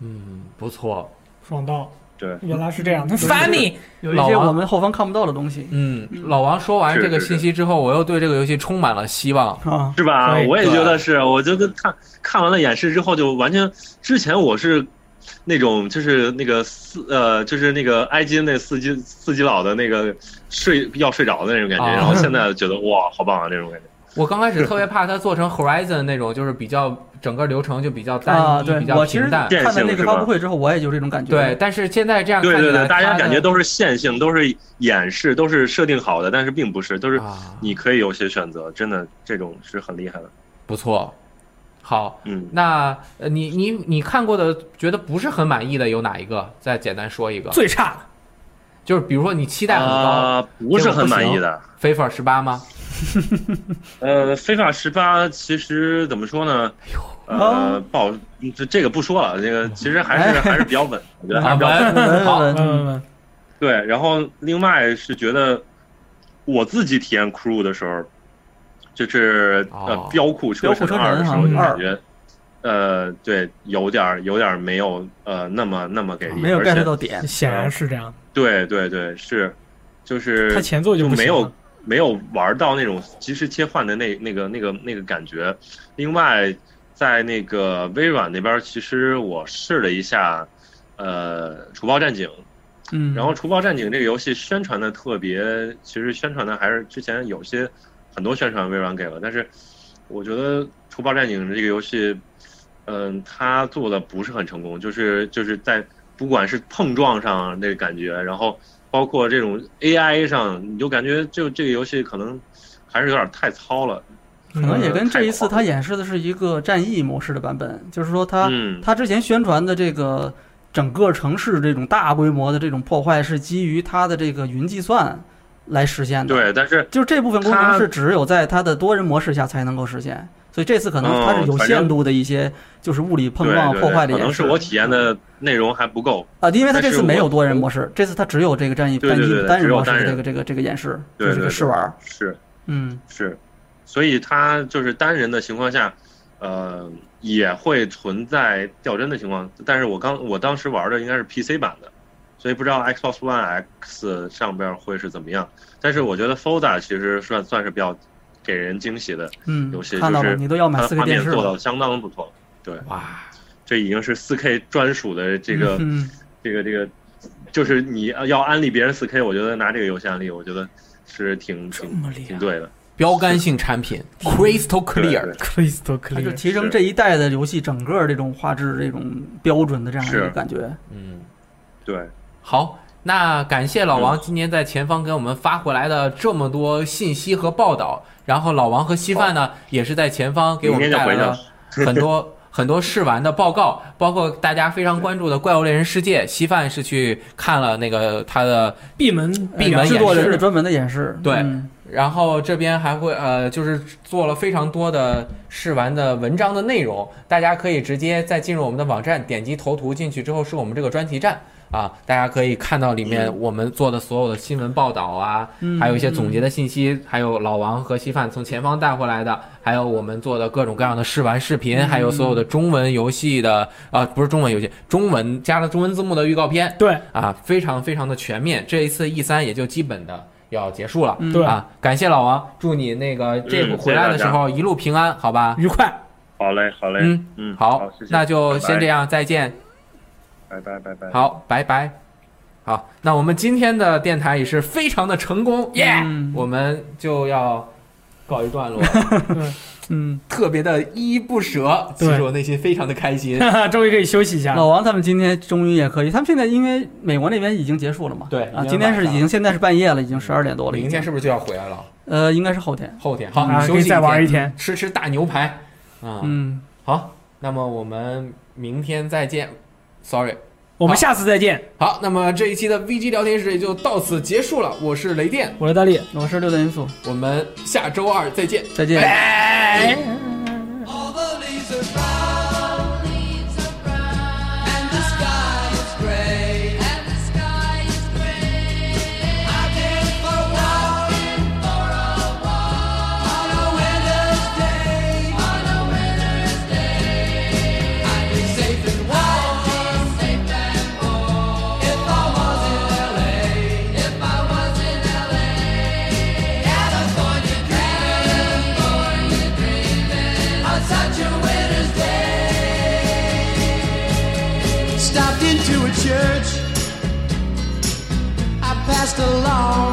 嗯不错，爽到，对，原来是这样。Funny，有一老些王啊我们后方看不到的东西嗯，老王说完是这个是信息之后，我又对这个游戏充满了希望。啊，是吧？对我也觉对得是，我觉得看看完了演示之后，就完全之前我是那种就是那个四呃，就是那个埃及那四基四基佬的那个睡要睡着的那种感觉，啊然后现在觉得哇，好棒啊那种感觉。我刚开始特别怕它做成 Horizon 那种，就是比较整个流程就比较单一、啊，对比，较我其实平淡。看变了性那个是发吧布会之后，我也有这种感觉。对，，但是现在这样看对起对来，对，大家感觉都都是线性，都是演示，都是设定好的，但是并不是，都是啊你可以有些选择，真的这种是很厉害的。不错。好，嗯，那呃你你你看过的觉得不是很满意的有哪一个？再简单说一个，最差的就是比如说你期待很高，啊、不是很满意的。非法十八》吗？呃，非法十八其实怎么说呢？哎呃，啊不好，这这个不说了。这个其实还是哎还是比较稳，我觉得还啊是比较稳。文好，嗯嗯，嗯对，然后另外是觉得我自己体验 crew 的时候，就是呃哦标酷车神二的时标候，酷车神就哈感觉呃对有点儿有点儿没有呃那么那么给啊力，没有而 get 且到点。显然是这样。对对对是就是他前作就就不没行有了没有玩到那种及时切换的那那个那个那个感觉。另外，在那个微软那边，其实我试了一下，呃，《除暴战警》，嗯，然后《除暴战警》这个游戏宣传的特别，其实宣传的还是之前有些很多宣传微软给了，但是我觉得《除暴战警》这个游戏，嗯、它做的不是很成功，就是就是在不管是碰撞上那个感觉，然后包括这种 AI 上，你就感觉就这个游戏可能还是有点太糙了。可能嗯也跟这一次嗯太狂他演示的是一个战役模式的版本，就是说他嗯他之前宣传的这个整个城市这种大规模的这种破坏是基于它的这个云计算来实现的。，对，但是就是这部分功能它是只有在它的多人模式下才能够实现，所以这次可能它是有嗯反正限度的一些就是物理碰撞对对破坏的对可演能是示。我体验的内容还不够。啊，因为它这次但是没有我多人模式，这次它只有这个战役对单对对一对单人只有模式的单这人个这个这个演示，对就是对个对试玩儿。是，嗯，是，所以他就是单人的情况下，呃，也会存在掉帧的情况。但是我刚我当时玩的应该是 PC 版的，所以不知道 Xbox One X 上边会是怎么样。但是我觉得 Foda 其实算算是比较给人惊喜的，嗯游戏，看到就了，是你都要买它四 K 的画电面视做了。到相当不错。对，哇，这已经是 4K 专属的这个、嗯，这个这个，就是你要安利别人 4K，我觉得拿这个游戏安利，我觉得是挺挺么厉挺对的。标杆性产品 Crystal 嗯对 Clear， Crystal 它就 Clear，提升这一代的游戏整个这种画质、这种标准的这样一个是感觉。嗯，对，好。那感谢老嗯王今年在前方给我们发回来的这么多信息和报道，然后老王和稀饭呢也是在前方给我们明天就带来回去啊了很多 很多试玩的报告，包括大家非常关注的《怪物猎人世界》，稀饭是去看了那个他的闭门闭门哎制演作人示是专门的演示，对嗯然后这边还会呃，就是做了非常多的试玩的文章的内容，大家可以直接再进入我们的网站，点击头图进去之后是我们这个专题站啊，大家可以看到里面我们做的所有的新闻报道啊，嗯还有一些总结的信息，还有老王和稀饭从前方带回来的，还有我们做的各种各样的试玩视频，还有所有的中文游戏的啊、不是中文游戏，中文加了中文字幕的预告片对啊，非常非常的全面。这一次 E 三也就基本的要结束了。嗯对啊，感谢老王，祝你那个这嗯回来的时候一路平安，好吧？愉快，好嘞，好嘞，嗯嗯，好谢，谢那就先这样，样，再见。拜拜拜拜。好，拜拜。好，那我们今天的电台也是非常的成功，耶、嗯我们就要告一段落了， 嗯，特别的依依不舍，其对实我内心非常的开心。 终于可以休息一下。老王他们今天终于也可以，他们现在因为美国那边已经结束了嘛，对啊，已经今天是晚上已经现在是半夜了，已经十二点多了，明天是不是就要回来了？呃，应该是后天，后天好，啊你休可以息再玩一一天，吃吃大牛排。啊、嗯，好，那么我们明天再见。Sorry，我们下次再见，好，那么这一期的 VG 聊天室也就到此结束了。我是雷电，我是大力。我是六段因素，我们下周二再见。再见。 All the leaves are brown. And the sky is gray. I came for a walk. On a winter's day. I'd be safe and warm. If I was in LA. California dreaming. On such a winter's day. Stopped into a church. I passed along